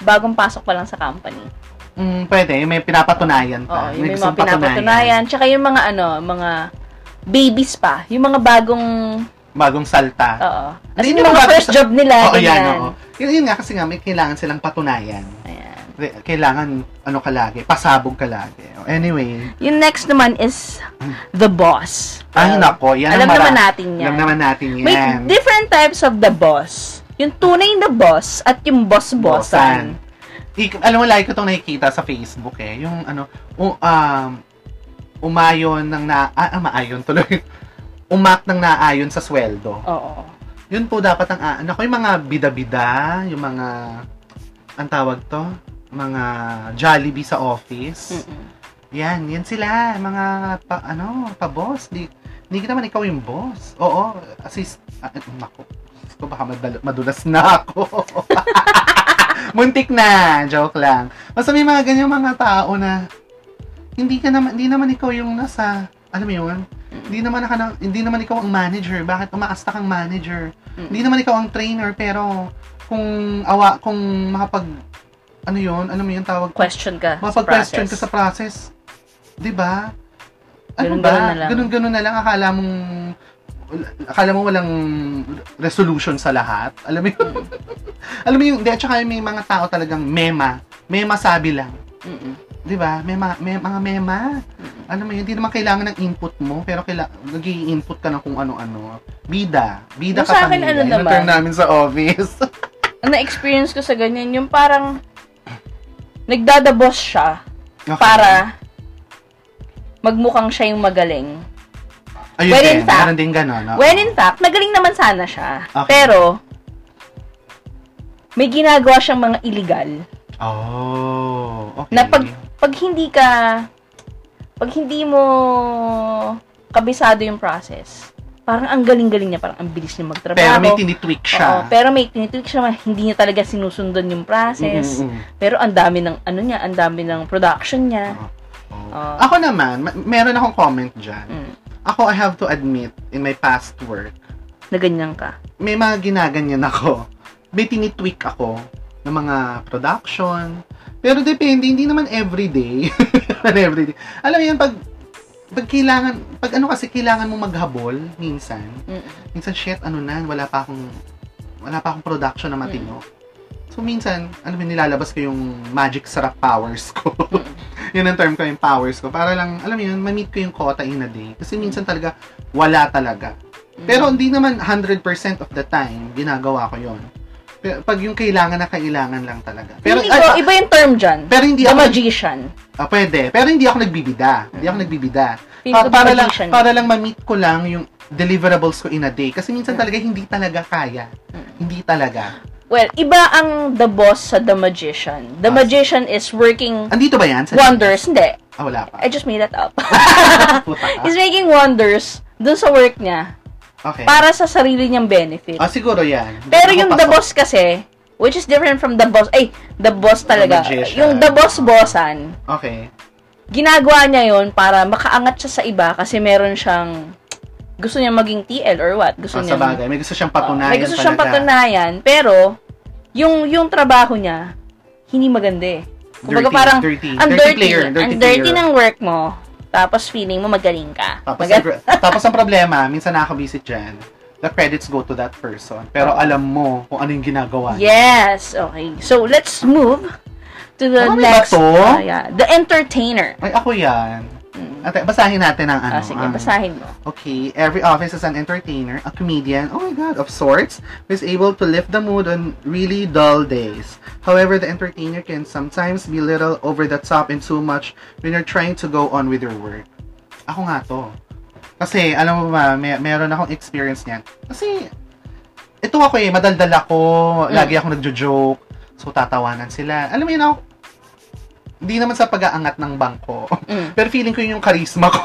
bagong pasok pa lang sa company. Mm, pwede, may pinapatunayan Oo, pa. yung may gustong mga pinapatunayan. Tsaka yung mga ano, mga babies pa. Yung mga bagong, Bagong salta. oo. As in, yung Hindi naman mga bago first sa- job nila. Oo, yan, ganyan. oo. Yun, yun nga, kasi nga, may kailangan silang patunayan. Ayan. Re- Kailangan, ano ka lagi, pasabog ka lagi. O, Anyway, Yung next naman is The Boss. ay ano nako, yan alam ang naman mara- natin yan. Alam naman natin yan. May different types of The Boss. Yung tunay na boss at yung boss-bossan. Ik- alam mo, lagi ko itong nakikita sa Facebook eh. Yung ano, u- um, umayon ng na... Ah, ah, maayon tuloy. Umak ng naayon sa sweldo. Oo. Yun po dapat ang... a- Ano ko, yung mga bida-bida, yung mga... Ang tawag to? Mga Jollibee sa office. Mm-mm. Yan, yan sila. Mga, pa, ano, pa-boss. Di, hindi ka naman ikaw yung boss. Oo, assist. Ah, eh, naku. Ko baka madal- madulas na ako. Muntik na, joke lang. Basta may mga ganyan mga tao na hindi ka naman hindi naman ikaw yung nasa alam mo yun? Hindi naman ka na- hindi naman ikaw ang manager. Bakit umaasta kang manager? Mm. Hindi naman ikaw ang trainer pero kung awa kung makapag ano yun? Ano mo yung tawag? Question ka sa mapag-question ka process. sa process. 'Di ba? Ano Ganun-ganun ba? na lang. Ganun-ganun na lang akala mong akala mo walang resolution sa lahat. Alam mo Mm. yun? Alam mo yung, di, at saka may mga tao talagang mema. Mema sabi lang. Mm-mm. 'Di ba? Mema, may mga mema. Ano mo yun? Hindi naman kailangan ng input mo, pero kaila, nag input ka ng kung ano-ano. Bida. Bida Yung ka sa akin, kanina. ano Yun ang naman? term namin sa office. Ang na-experience ko sa ganyan, yung parang nagdadabos siya Okay. para magmukhang siya yung magaling. Ayun When in din, fact- meron din ganun. no? When in fact, magaling naman sana siya. Okay. Pero, may ginagawa siyang mga illegal Oh, okay. na pag, pag hindi ka, pag hindi mo kabisado yung process, parang ang galing-galing niya, parang ang bilis niya magtrabaho. Pero may tinitweak Oo, siya. pero may tinitweak siya, naman, hindi niya talaga sinusundan yung process. Mm, mm, mm. Pero ang dami ng ano niya, ang dami ng production niya. Oo. Oo. Ako naman, ma- meron akong comment dyan. Mm, Ako, I have to admit, in my past work, na ganyan ka. may mga ginaganyan ako. May tinitweak ako ng mga production. Pero depende, hindi naman everyday. Not everyday. Alam mo yan, pag, pag kailangan, pag ano kasi, kailangan mo maghabol minsan. Mm. Minsan, shit, ano na, wala pa akong, wala pa akong production na Mm. matino. So, minsan, alam mo, nilalabas ko yung magic sarap powers ko. yun ang term ko, yung powers ko. Para lang, alam mo yun, ma-meet ko yung quota in a day. Mm. Kasi minsan talaga, wala talaga. Pero hindi naman 100% of the time ginagawa ko 'yon. Pero pag yung kailangan na kailangan lang talaga. Pero Feeling ko, ay, iba yung term dyan. pero hindi The ako magician. ah, pwede. Pero hindi ako nagbibida. Hindi ako nagbibida. Mm. Feeling Pa- ko, the para lang magician. para lang ma-meet ko lang yung deliverables ko in a day kasi Mm. minsan talaga hindi talaga kaya. Hindi talaga. Well, iba ang the boss sa the magician. The Ah. magician is working Andito ba 'yan? Sa- wonders. Hindi, Ah, wala pa. I just made that up. Puta ka. He's making wonders dun sa work niya Okay. para sa sarili niyang benefit. Ah, siguro 'yan. Hindi Pero ako yung pasok. the boss kasi, which is different from the boss, ay, the boss talaga. magician. Yung the boss bossan, Okay. ginagawa niya yon para makaangat siya sa iba kasi meron siyang gusto niya maging TL or what. Gusto Ah, niya sa bagay, may gusto siyang patunayan may gusto siyang talaga. patunayan, pero yung yung trabaho niya hindi maganda eh. Kumbaga Dirty, parang dirty. ang Dirty dirty, player, dirty ang dirty player. ng work mo. Tapos feeling mo magaling ka. Tapos, Maga- ang, tapos ang problema, minsan nakaka-visit dyan, the credits go to that person. Pero Ah. alam mo kung ano yung ginagawa. niya. Yes, okay. So let's move to the Marami Ano ba next to? Ah, yeah. the entertainer. Ay, ako yan. Mm. Ate, basahin natin ang ano. Ah, sige, ang- basahin mo. Okay, every office is an entertainer, a comedian, oh my god, of sorts, who is able to lift the mood on really dull days. However, the entertainer can sometimes be little over the top and too much when you're trying to go on with your work. Ako nga to. Kasi, alam mo ba, may, meron akong experience niyan. Kasi, ito ako eh, madaldal ako, lagi ako nagjo-joke, so tatawanan sila. Alam mo yun ako, hindi naman sa pag-aangat ng bangko. Mm. Pero feeling ko yun yung charisma ko.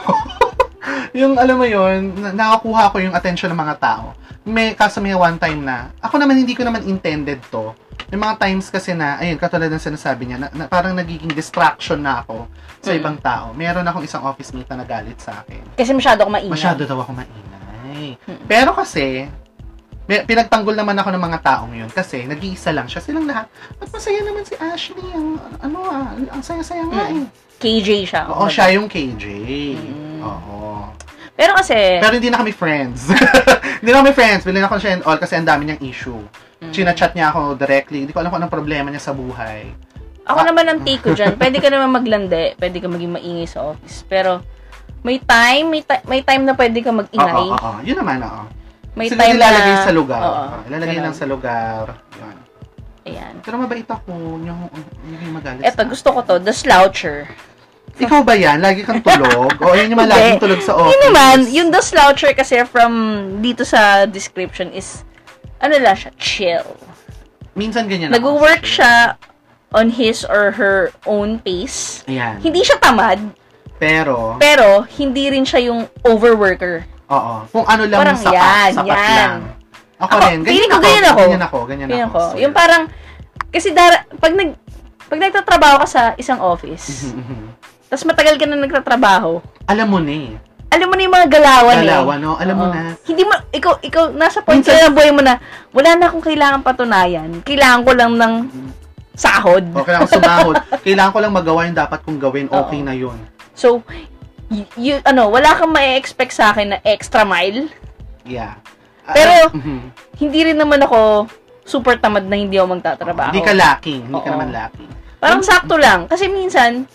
yung alam mo yun, na- nakakuha ko yung attention ng mga tao. May, kaso may one time na, ako naman hindi ko naman intended to. May mga times kasi na, ayun, katulad ng sinasabi niya, na, na parang nagiging distraction na ako sa Mm. ibang tao. Meron akong isang office mate na nagalit sa akin. Kasi masyado ako maingay. Masyado daw ako maingay. Mm. Pero kasi, may, pinagtanggol naman ako ng mga taong yun kasi nag-iisa lang siya silang lahat. At masaya naman si Ashley. Ang, ano ah, ang saya-saya nga eh. Mm. KJ siya. Oo, siya yung KJ. Mm. Oo. Pero kasi, Pero hindi na kami friends. hindi na kami friends. Bilhin ako siya and all kasi ang dami niyang issue. Mm. Chinachat niya ako directly. Hindi ko alam kung anong problema niya sa buhay. Ako naman ang take ko dyan. Pwede ka naman maglande. Pwede ka maging maingay sa office. Pero, may time, may, ti- may time na pwede ka Oo, mag-ingay. oo, oo. Yun naman, oo. May Ah, Sila time nilalagay na... sa lugar. Oo, Oo, ilalagay ganun. lang sa lugar. Yun. Ayan. Pero mabait ako. Yung, yung magalit Eto, sa- gusto ko to. The sloucher. Ikaw ba yan? Lagi kang tulog? o yun yung mga Hindi. laging tulog sa office? Yun naman, yung the sloucher kasi from dito sa description is, ano lang siya, chill. Minsan ganyan ako. Nag-work siya on his or her own pace. Ayan. Hindi siya tamad, Pero, pero hindi rin siya yung overworker. oo. Kung ano lang Parang yung sapat, yan, sapat yan. lang. Ako, Ako, rin. Ganyan feeling ko ako. ganyan ako. Ganyan ako. Ganyan, Yun ako. ako. So, Yung parang, kasi dara, pag nag, pag nagtatrabaho ka sa isang office, Mhm. tapos matagal ka na nagtatrabaho, Alam mo na eh. alam mo na yung mga galawan eh. Dalawa, no? oh, Alam mo Oo. na. Hindi mo, ikaw, ikaw, nasa point ka Minsan- na ng buhay mo na, wala na akong kailangan patunayan. Kailangan ko lang ng Mhm. sahod. O, kailangan ko sumahod. kailangan ko lang magawa yung dapat kong gawin. Okay Oo. na yun. So, y- you, ano, wala kang ma-expect sa akin na extra mile. Yeah. Pero- Mhm. Hindi rin naman ako super tamad na hindi ako magtatrabaho. Hindi ka lacking. Hindi ka Oo. naman lacking. Parang sakto lang. Kasi minsan,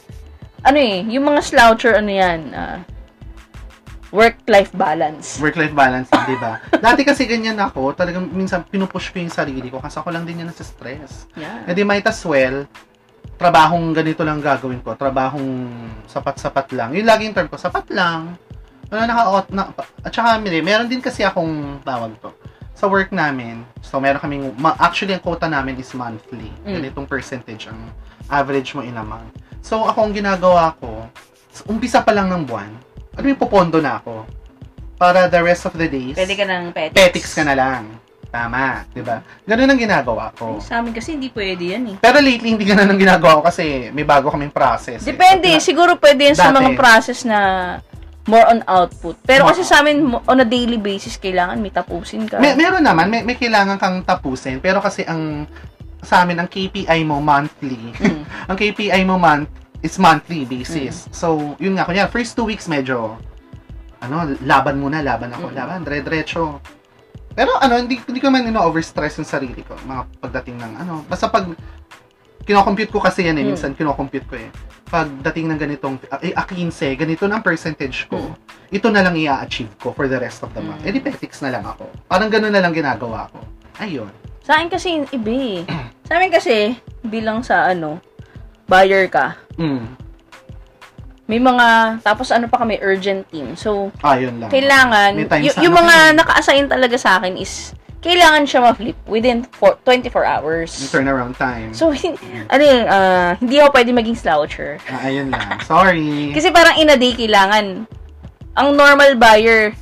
ano eh, yung mga sloucher, ano yan, ah, work-life balance. Work-life balance, di ba? Dati kasi ganyan ako. Talagang minsan pinupush ko yung sarili ko kasi ako lang din yan sa stress. Yeah. Eh di might as well, trabahong ganito lang gagawin ko. Trabahong sapat-sapat lang. Yung laging term ko, sapat lang. Ano, naka na, at saka, mire, meron din kasi akong tawag to. Sa work namin, so meron kaming, ma- actually, ang quota namin is monthly. Mm. Ganitong percentage ang average mo in a month. So, ako ang ginagawa ko, s- umpisa pa lang ng buwan, ano yung popondo na ako? Para the rest of the days, Pwede ka ng petics. petics ka na lang. Tama, di ba? Ganun ang ginagawa ko. Ay, Sa amin kasi hindi pwede yan eh. Pero lately, hindi ganun ang ginagawa ko kasi may bago kaming process. eh. Depende, At na- siguro pwede yan sa Dati. mga process na more on output. Pero More kasi sa amin, mo- on a daily basis, kailangan may tapusin ka. May, meron naman, may, may kailangan kang tapusin. Pero kasi ang sa amin, ang KPI mo monthly. Mm. ang KPI mo month is monthly basis. So, yun nga, kunya first two weeks medyo, ano, laban muna, laban ako, Mm. laban, dire-diretso. Pero ano, hindi, hindi ko man ino-overstress yung sarili ko, mga pagdating ng ano. Basta pag, kinocompute ko kasi yan eh, Mm. minsan kinocompute ko eh. Pagdating ng ganitong, eh, a 15, ganito na ang percentage ko. Hmm. Ito na lang i-achieve ko for the rest of the Mm. month. Eh, di petics na lang ako. Parang ganun na lang ginagawa ko. Ayun. Sa akin kasi yung iba eh. Sa amin kasi, bilang sa ano, buyer ka, Mm. may mga, tapos ano pa kami, urgent team. So, Ayun Ah, lang. kailangan, May time y- sa yung ano mga yun. naka-assign talaga sa akin is, kailangan siya ma-flip within four- 24 hours. Yung turnaround time. So, hin- ano yun, ah, hindi ako pwede maging sloucher. Ah, ayun lang. Sorry. Kasi parang in a day kailangan. Ang normal buyer,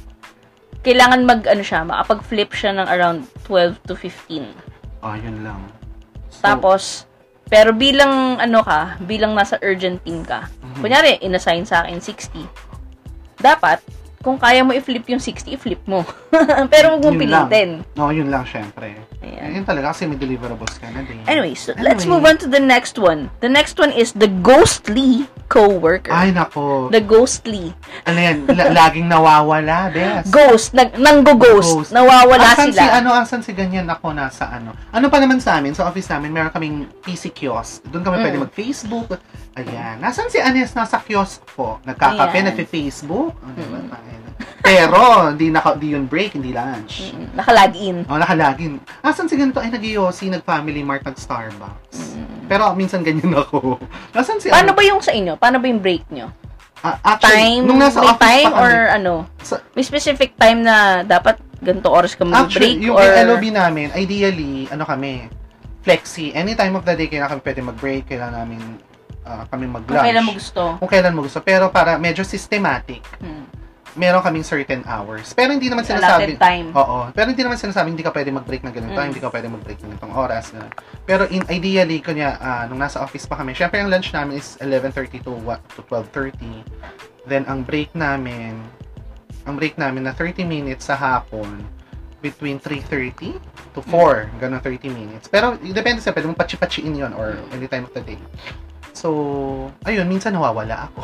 kailangan mag, ano siya, makapag-flip siya ng around 12 to 15. Ah, yun lang. So, Tapos, pero bilang ano ka, bilang nasa urgent team ka, Mhm. kunyari, inassign sa akin 60, dapat, kung kaya mo i-flip yung 60, i-flip mo. pero huwag mong Yun lang. pilitin. No, yun lang, syempre. Ayan. Yun talaga kasi may deliverables ka na din. Anyway, so let's Anyway. move on to the next one. The next one is the ghostly coworker. Ay, oh. nako. The ghostly. Ano yan? la- laging nawawala, bes. Ghost. Nag, nanggo-ghost. Ghost. Nawawala asan sila. Si, ano, asan si ganyan ako nasa ano? Ano pa naman sa amin? Sa office namin, meron kaming PC kiosk. Doon kami Mm. pwede mag-Facebook. Ayan. Nasan si Anes? Nasa kiosk po. Nagkakape, Ayan. nagpe-Facebook. Ano ba? Ayan. Pero, hindi, naka, hindi yun break, hindi lunch. Mm, Nakalag in. Oh, nakalagin. Asan si ganito? Ay, nag-Yossi, nag-Family Mart, nag-Starbucks. Pero minsan ganyan ako. Asan si Mm. Paano ano? ba yung sa inyo? Paano ba yung break nyo? Ah, actually, Time? nung nasa may office time pa or kami, ano? Sa- May specific time na dapat ganito oras ka Actually, mag-break yung or... LOB namin, ideally, ano kami, flexi. Any time of the day, kailangan kami pwede mag-break, kailangan namin ah, kami mag-lunch. Kung kailan mo gusto. Kung kailan mo gusto. Pero para medyo systematic, Hmm. meron kaming certain hours. Pero hindi naman Allotted sinasabi... time. Oo. Pero hindi naman sinasabing hindi ka pwede mag-break ng ganito time, Mm. hindi ka pwede mag-break ng ganitong oras. Ganun. Pero in, ideally, kunya, ah, nung nasa office pa kami, syempre ang lunch namin is 11.30 to, wa- to 12.30. Then ang break namin, ang break namin na 30 minutes sa hapon, between 3.30 to Mm. 4, ganun 30 minutes. Pero y- depende sa pwede Mm. mong patsi-patsiin yun or any time of the day. So, ayun, minsan nawawala ako.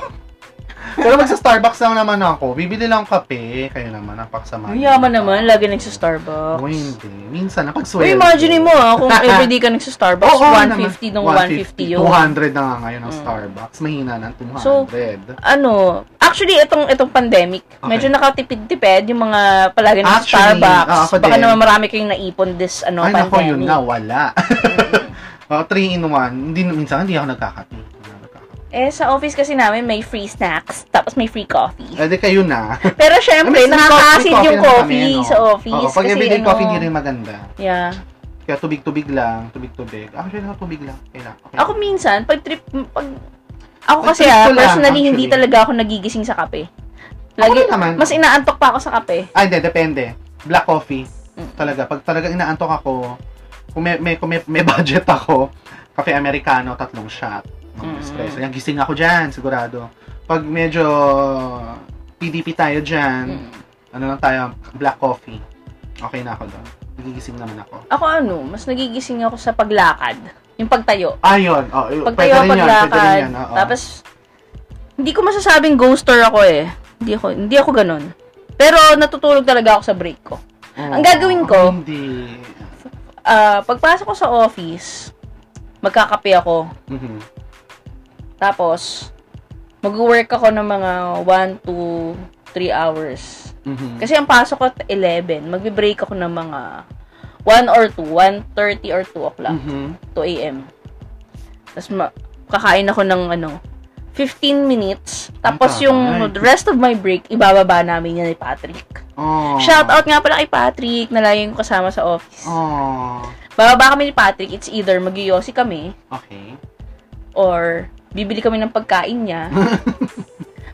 Pero magsa-Starbucks lang naman ako. Bibili lang kape. Kayo naman, napakasama. Ang yaman naman, lagi nagsa-Starbucks. Uy, Oh, hindi. Minsan, napagswell. Uy, imagine mo ah, kung everyday ka nagsa-Starbucks, Oo, oo 150 nung 150 yun. 200 na nga ngayon ang Mm. Starbucks. Mahina na ang 200. So, Ano, actually, itong, itong pandemic, medyo Okay. nakatipid-tipid yung mga palagi ng Actually, Starbucks. ah, ako Baka din. naman marami kayong naipon this ano, Ay, pandemic. nako, yun nga, wala. Oh, 3 in 1. Hindi, na- minsan, hindi ako nagkakape. Hindi ako nagkakape. Eh, sa office kasi namin may free snacks, tapos may free coffee. Eh, di kayo na. Pero syempre, Minsan, nakaka-acid may yung naman coffee kami, no? sa office. Oo, pag kasi everyday ano, coffee, hindi rin maganda. Yeah. Kaya tubig-tubig lang, tubig-tubig. Actually, ako tubig lang. Okay lang. Okay. Ako minsan, pag trip, pag, ako Pag kasi trip ah, ko lang, personally, hindi actually. talaga ako nagigising sa kape. Lagi, rin naman. mas inaantok pa ako sa kape. Ah, hindi, depende. Black coffee. Mm. Talaga. Pag talaga inaantok ako, kung may, may, kung may, may budget ako, kape americano, tatlong shot. Mga Mm. espresso. Yan, gising ako dyan, sigurado. Pag medyo PDP tayo dyan, Mm. ano lang tayo, black coffee. Okay na ako doon. Nagigising naman ako. Ako ano, mas nagigising ako sa paglakad. Yung pagtayo. Ayun. Oh, yun. Pagtayo, Pwede rin yun, pwede rin paglakad. yun, oo. Tapos, hindi ko masasabing ghoster ako eh. Hindi ako, hindi ako ganun. Pero natutulog talaga ako sa break ko. Oo. ang gagawin ko- Ako Hindi. Ah, pagpasok ko sa office, magkakape ako. Mhm. Tapos, mag-work ako ng mga 1 to 3 hours. Mhm. Kasi ang pasok ko at 11, magbe-break ako ng mga 1 or 2, 1.30 or 2 o'clock, Mhm. 2 a.m. Tapos ma- kakain ako ng ano, 15 minutes. Tapos Ang yung taray. rest of my break, ibababa namin yan ni Patrick. Oh. Shout out nga pala kay Patrick, nalayo yung kasama sa office. Oh. Bababa kami ni Patrick, it's either magyosi kami Okay. or bibili kami ng pagkain niya.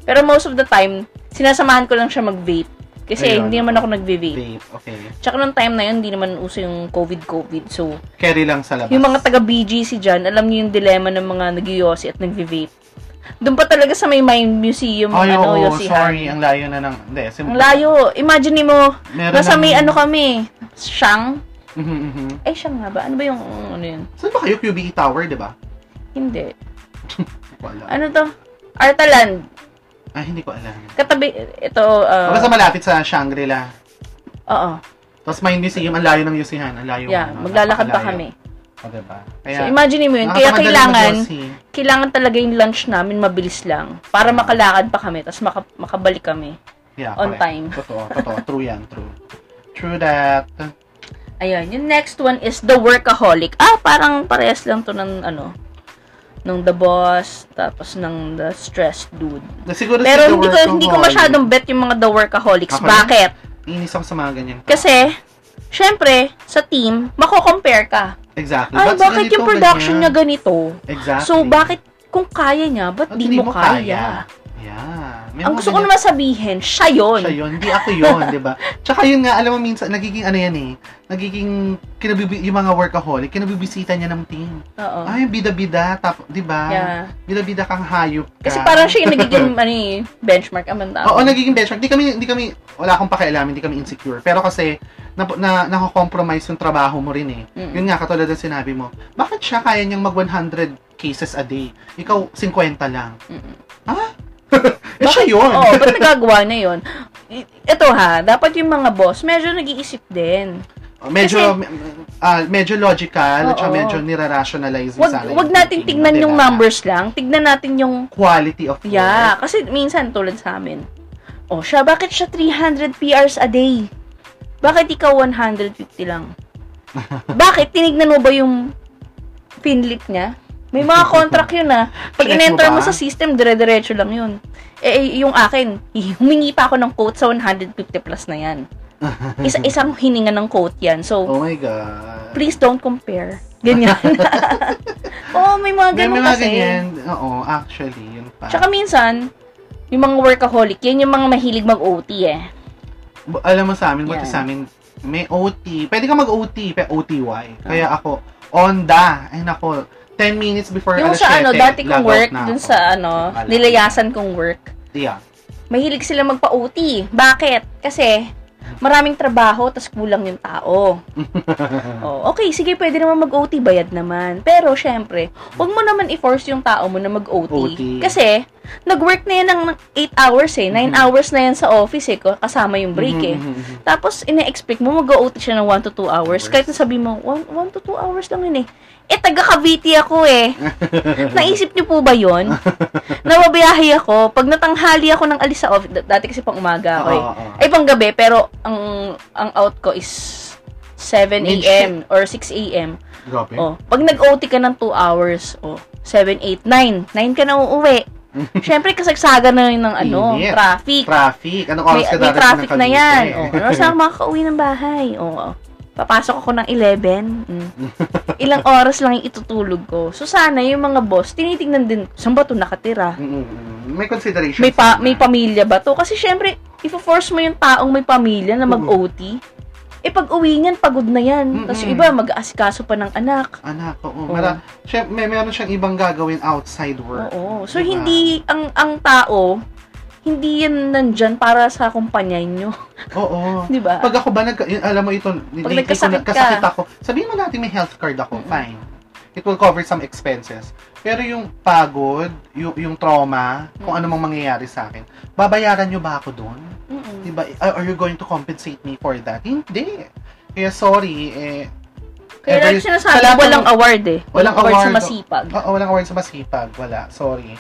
Pero most of the time, sinasamahan ko lang siya mag-vape. Kasi Ayun. hindi naman ako nag-vape. Vape. Okay. Tsaka nung time na yun, hindi naman uso yung COVID-COVID. So, Carry lang sa labas. yung mga taga-BGC dyan, alam niyo yung dilema ng mga nagyosi at nagve-vape. Doon pa talaga sa may may museum, Ay, ano, oo, yosihan. sorry. Ang layo na ng... Hindi, sim- Ang layo. Imagine mo, Meron nasa ng- may ano kami, Shang? Mhm, mhm. Ay, Shang nga ba? Ano ba yung, ano yun? Saan ba kayo? QBE Tower, di ba? Hindi. Hindi ko alam. Ano to? Artaland. Ay, hindi ko alam. Katabi, ito, uh, Basta malapit sa Shangri-La. oo, Tapos may museum, ang layo ng Yusihan. Ang layo. yeah, ano, maglalakad pa kami. napakalayo. O, diba? Kaya, So, imagine mo yun. Kaya nakakamadali kailangan, mag-yosi. kailangan talaga yung lunch namin mabilis lang para makalakad pa kami tapos maka, makabalik kami. Yeah, on correct. time. Totoo, totoo. True yan, true. True that. Ayun, yung next one is the workaholic. Ah, parang parehas lang to ng ano ng the boss tapos ng the stressed dude. Siguro si Pero The hindi ko Workaholic, hindi ko masyadong bet yung mga the workaholics. Ako rin. Bakit? Inis ako sa mga ganyan. Kasi syempre sa team mako-compare ka. Exactly. Ay, Ba't si bakit ganito, yung production niya ganyan? ganito? Exactly. So bakit kung kaya niya, ba't Ba't di mo kaya? Yeah. May Ang mga gusto ko ganyan- naman sabihin, siya yun. Siya yun, hindi ako yun, di ba? Tsaka yun nga, alam mo minsan, nagiging ano yan eh, nagiging, kinabibi, yung mga workaholic, kinabibisita niya ng team. Oo. Ay, bida-bida, tap, di ba? Yeah. Bida-bida kang hayop ka. Kasi parang siya yung nagiging ano, eh, benchmark ang banda. ah. Oo, nagiging benchmark. Di kami, di kami, wala akong pakialam, hindi kami insecure. Pero kasi, na, na, nakakompromise yung trabaho mo rin eh. Mm. Yun nga, katulad ng sinabi mo, bakit siya kaya niyang mag 100 cases a day? Ikaw, 50 lang. Mm. Eh, siya yun. Oo, ba't nagagawa na yun? I- Ito ha, dapat yung mga boss, medyo nag-iisip din. Medyo, ah, medyo logical, at saka Oo. medyo nira-rationalize mo Wag, sana. wag yung natin thinking mo, tignan di yung ba? numbers lang, tignan natin yung, Quality of work. yeah, kasi minsan tulad sa amin, oh, siya, bakit siya 300 PRs a day? Bakit ikaw 150 lang? bakit? Tinignan mo ba yung pinlit niya? May mga contract yun ah. Pag Check mo in-enter mo ba? sa system, dire-diretso lang yun. Eh, eh, yung akin, humingi pa ako ng quote sa 150 plus na yan. Isa-isang hininga ng quote yan. So, Oh my God. please don't compare. Ganyan. Oo, may mga May ganun mga kasi. ganyan. Oo, actually, yun pa. Tsaka minsan, yung mga workaholic, yan yung mga mahilig mag-OT eh. Bu- alam mo sa amin, buti Yan. sa amin, may OT. Pwede ka mag-OT, pe OTY. Kaya Ah. ako, on the, ay nako, 10 minutes before Yung alas sa ano, 7, dati kong eh, log out work, na dun ako. sa ano, Wala. nilayasan kong work, Yeah. mahilig sila magpa-OT. Bakit? Kasi, maraming trabaho, tas kulang yung tao. Oh, okay, sige, pwede naman mag-OT, bayad naman. Pero, syempre, huwag mo naman i-force yung tao mo na mag-OT. OT. Kasi, nag-work na yan ng 8 hours eh. 9 Mhm. hours na yan sa office eh, kasama yung break eh. Mhm, mhm, mhm. Tapos, ina-expect mo, mag-OT siya ng 1 to 2 hours. Hours. Kahit na sabi mo, 1 to 2 hours lang yun eh. Eh, taga Cavite ako eh. Naisip niyo po ba yun? Nababiyahe ako. Pag natanghali ako ng alis sa office, d- dati kasi pang umaga ako eh. Oo, oo. Ay, pang gabi, pero ang ang out ko is 7 a.m. or 6 a.m. Grabe. Oh, pag nag-OT ka ng 2 hours, oh, 7, 8, 9. 9 ka na uuwi. Siyempre, kasagsagan na yun ng ano, Init. traffic. Traffic. Anong oras May, ka eh. may darating traffic ng na Cavite? yan. Oh, ano oras na ako makakauwi ng bahay? Oo. Papasok ako ng 11. Mm. Ilang oras lang yung itutulog ko. So, sana yung mga boss, tinitingnan din, saan ba ito nakatira? Mm, mm, mm. May consideration. May, pa, sana. may pamilya ba to? Kasi syempre, ifo-force mo yung taong may pamilya na mag-OT. Eh, pag uwi niyan, pagod na yan. Tapos yung Mm-mm. iba, mag-aasikaso pa ng anak. Anak, oo. Oo. Mara, siya, may meron siyang ibang gagawin outside work. Oo. So, Diba? hindi, ang ang tao, hindi yan nandyan para sa kumpanya nyo. Diba? Oo. Di ba? Pag ako ba, nag, yun, alam mo ito, Pag nagkasakit ka. nagkasakit ako, sabihin mo natin may health card ako, fine. It will cover some expenses. Pero yung pagod, yung, yung trauma, kung ano mang mangyayari sa akin, babayaran nyo ba ako doon? Mm-mm. Diba? Are you going to compensate me for that? Hindi. Kaya sorry, eh, Kaya every- lagi sinasabi, wala walang kang- award eh. Walang, walang award, sa award. masipag. Oo, walang award sa masipag. Wala, sorry.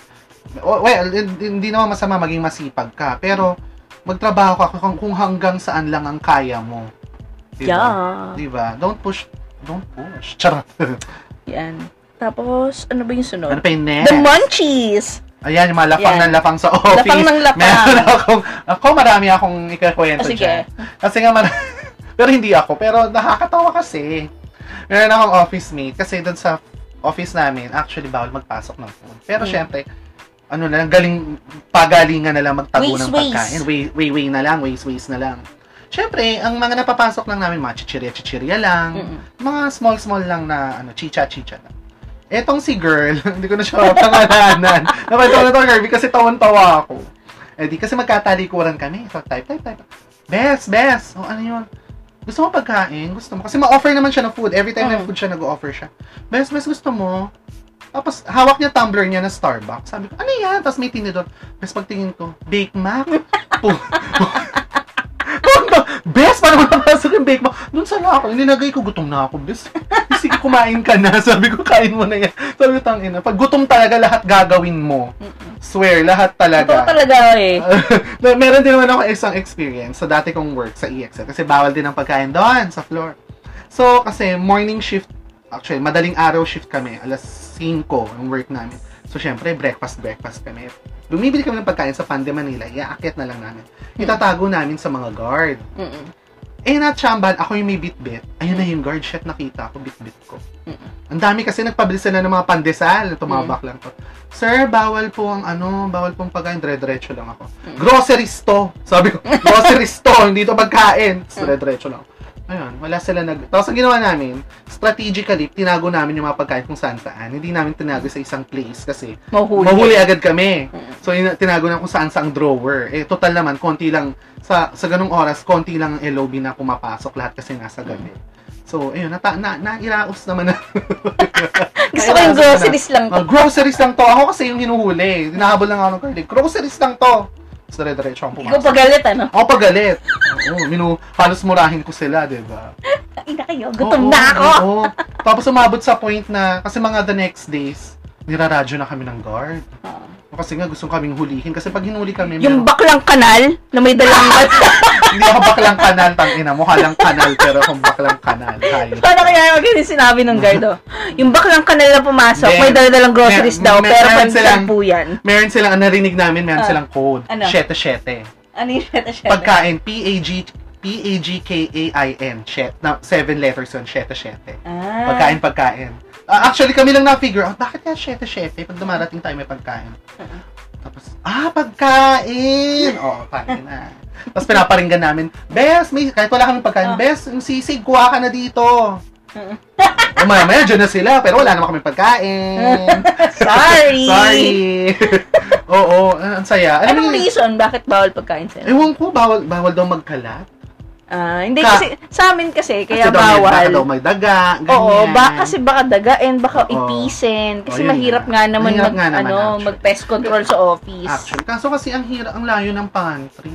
O- Well, hin- hindi naman masama maging masipag ka. Pero, magtrabaho ka kung, kung hanggang saan lang ang kaya mo. Diba? Yeah. Diba? Don't push. Don't push. Charot. Yan. Tapos, ano ba yung sunod? ano pa yung next? The munchies! Ayan, yung mga lapang Yan. ng lapang sa office. Lapang ng lapang. Meron akong, ako marami akong ikakwento Ah, sige. dyan. Kasi nga marami, pero hindi ako, pero nakakatawa kasi. Meron akong office mate, kasi doon sa office namin, actually bawal magpasok ng food. Pero Hmm. syempre, ano na lang, galing, pagalingan na lang magtago Ways, ng ways. pagkain. Way, way, way na lang, ways, ways na lang. Syempre, ang mga napapasok lang namin, mga chichirya-chichirya lang, Mm-mm. mga small-small lang na ano, chicha-chicha lang. Etong si girl, hindi ko na siya pangalanan. Napagtawa na to, Kirby, kasi tawan-tawa ako. Eh di kasi magkatalikuran kami. So, type, type, type. Best, best. O, ano yun? Gusto mo pagkain? Gusto mo? Kasi ma-offer naman siya ng food. Every time na Mm. food siya, nag-offer siya. Best, best, gusto mo? Tapos, hawak niya tumbler niya na Starbucks. Sabi ko, ano yan? Tapos may tinidor. Best, pagtingin ko, Bake Mac. Pu- Best, paano ko napasok yung bake mo? Doon sana ako. Nilagay ko, gutom na ako. Best, kasi kumain ka na. Sabi ko, kain mo na yan. Sabi ko, tangina. Pag gutom talaga, lahat gagawin mo. Swear, lahat Totoo talaga eh. na, meron din naman ako isang experience sa dati kong work sa EXL kasi bawal din ang pagkain doon sa floor. So, kasi morning shift, actually, madaling araw shift kami, alas 5 ang work namin. So, syempre, breakfast, breakfast kami. Bumibili kami ng pagkain sa Pande Manila, iaakit na lang namin. Itatago namin sa mga guard. Mm-mm. Eh, natsamban, ako yung may bitbit. Ayun na yung guard, shit, nakita ko, bitbit ko. Mm-mm. Ang dami kasi nagpabilis sila ng mga pandesal, tumabak lang to. Sir, bawal po ang ano, bawal pong pagkain, dire-diretso lang ako. Grocery store! Sabi ko, grocery store, hindi to pagkain. Tapos dire-diretso lang ako. Ayun, wala sila nag... Tapos ang ginawa namin, strategically, tinago namin yung mga pagkain kung saan saan. Hindi namin tinago sa isang place kasi Mahuli. mahuli agad kami. Mm. So, ina- tinago na kung saan sa ang drawer. Eh, total naman, konti lang, sa, sa ganung oras, konti lang ang LOB na pumapasok lahat kasi nasa gabi. So, ayun, nata, na, nailaos naman na. Gusto ko yung groceries lang to. Mga Oh, groceries lang to. Ako kasi yung hinuhuli. Hinahabol lang ako ng curly. Groceries lang to. So, dire-diretso ang Ikaw pumasok. pagalit ano? Ako pagalit. Oo, minu, halos murahin ko sila, di ba? Ay na kayo, gutom Oo, na ako! oo. Tapos umabot sa point na, kasi mga the next days, niraradyo na kami ng guard. Oo. Kasi nga gusto kaming hulihin. Kasi pag hinuli kami, Ah. Yung meron- baklang kanal na may dalang hindi ako baklang kanal, tangina. Mukha lang kanal, pero akong baklang kanal. Hayop. Paano kaya mag sinabi ng guard, oh? Yung baklang kanal na pumasok, Meron. may daladalang groceries Mer- daw, mer- pero meron pansan silang- po yan. Meron silang, ang narinig namin, Ah. meron silang code. Ano? Shete-shete. Ano yung shete-shete? Pagkain, P-A-G, P-A-G-K-A-I-N. Shet, na, seven letters yun, shete-shete. Ah. Pagkain, pagkain. Ah, actually, kami lang na-figure out, bakit kaya shete-shete pag dumarating tayo may pagkain? Uh-huh. Tapos, ah, pagkain! Oo, oh, pagkain na. Tapos pinaparinggan namin, Bes, may, kahit wala kami pagkain, Ah. Bes, yung sisig, kuha ka na dito. Uh-huh. O maya, maya, dyan na sila, pero wala naman kami pagkain. Sorry! Sorry! Oo, ah, ang saya. Ano Alam mo Anong yun, reason bakit bawal pagkain sa'yo? Ewan ko, bawal, bawal daw magkalat. Ah, hindi Ka- kasi, sa amin kasi, kaya kasi daw may- bawal. Baka daw may daga, ganyan. Oo, ba, kasi baka dagain, baka Oo. ipisen. Kasi yun mahirap nga. nga naman Mahirap mag, nga naman, ano, actually. mag-pest control sa office. Actually, kaso kasi ang hira, ang layo ng pantry.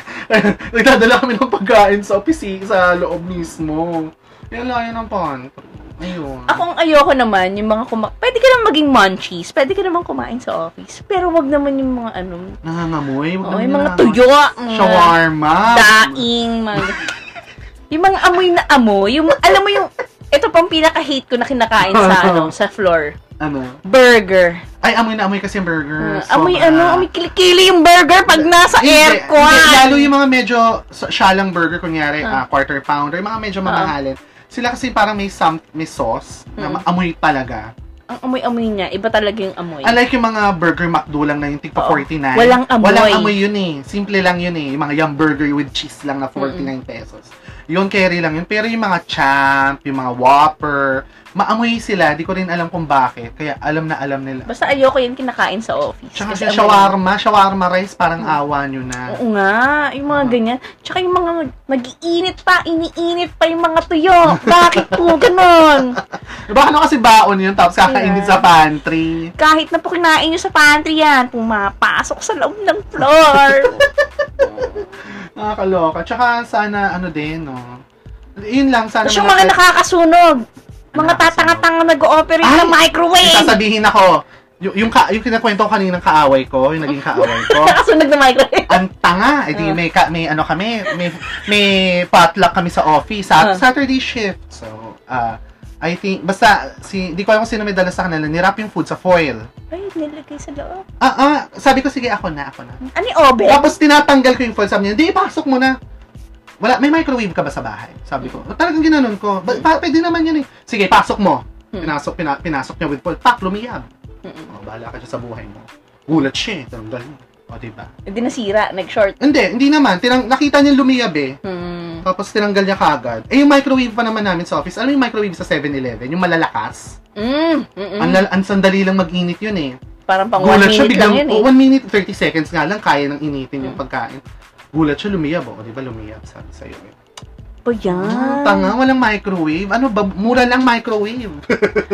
Nagdadala kami ng pagkain sa opisi, sa loob mismo. Yung layo ng pantry. Ayun. Ako ang ayoko naman, yung mga kuma... Pwede ka lang maging munchies. Pwede ka naman kumain sa office. Pero wag naman yung mga ano... Nangangamoy. wag Oh, naman yung mga nangangamoy. tuyo, mga Shawarma. daing, mga... yung mga amoy na amoy. Yung, alam mo yung... Ito pang pinaka-hate ko na kinakain sa ano, sa floor. Ano? Burger. Ay, amoy na amoy kasi yung burger. Uh, amoy Sobra. Ah, ano, amoy kilikili yung burger pag nasa Hindi, aircon. Hindi, lalo yung mga medyo s- syalang burger, kunyari, ah, quarter pounder, yung mga medyo Ah. mamahalin. Sila kasi parang may, some, may sauce na Mm. maamoy talaga. Ang amoy-amoy niya, iba talaga yung amoy. Unlike yung mga burger McDo lang na yung tigpa Oo. 49. Walang amoy. Walang amoy yun eh. Simple lang yun eh. Yung mga yum burger with cheese lang na 49 pesos. Yun, carry lang yun. Pero yung mga champ, yung mga whopper, maamoy sila. Di ko rin alam kung bakit. Kaya alam na alam nila. Basta ayoko yung kinakain sa office. Tsaka Kasi amoy- Mm. yung shawarma, shawarma rice, parang awa nyo na. Oo nga, yung mga Oo. ganyan. Tsaka yung mga nag-iinit pa, iniinit pa yung mga tuyo. Bakit po ganon? Baka ano kasi baon yun, tapos kakainin Yeah. sa pantry. Kahit na po kinain nyo sa pantry yan, pumapasok sa loob ng floor. Nakakaloka. Tsaka sana ano din, no? Yun lang, sana... Tapos yung mga nakakasunog. Mga Nakakasunog. tatanga-tanga nag-ooperate Ay! ng microwave. Sasabihin ako, yung, yung, ka, yung kinakwento ko kaninang kaaway ko, yung naging kaaway ko, Nakasunog ng microwave. ang tanga. Eh di, may, ka, may ano kami, may, may potluck kami sa office, Ah. sa Saturday shift. So, ah, I think, basta, si, di ko alam kung sino may dala sa kanila, nirap yung food sa foil. Ay, nilagay sa loob. Ah, ah, sabi ko, sige, ako na, ako na. Ano yung oven? Tapos tinatanggal ko yung foil. Sabi niya, di, pasok mo na. Wala, may microwave ka ba sa bahay? Sabi ko, "Oh, talagang ginanon ko. Ba, pa, pwede naman yun eh. Sige, pasok mo. Hmm. Pinasok, pina, pinasok niya with foil. Pak, lumiyab. Mm-mm. Oh, bahala ka siya sa buhay mo. Gulat siya eh. Tanggal niya. O, diba? Hindi nasira, nag-short. Hindi, hindi naman. Tinang, nakita niya lumiyab eh. Hmm. Tapos tinanggal niya kagad. Eh, yung microwave pa naman namin sa office. Alam mo yung microwave sa 7-Eleven? Yung malalakas? Mm. mm-mm. Ang, lal- ang sandali lang mag-init yun eh. Parang pang one Ano? Gulat siya minute lang biglang, yun eh. oh, one minute, 30 seconds nga lang, kaya nang initin yung pagkain. Gulat siya, lumiyab oh. Di ba lumiyab? Sabi sa'yo eh. Pa Oh, yan. Ah, tanga, walang microwave. Ano ba? Mura lang microwave.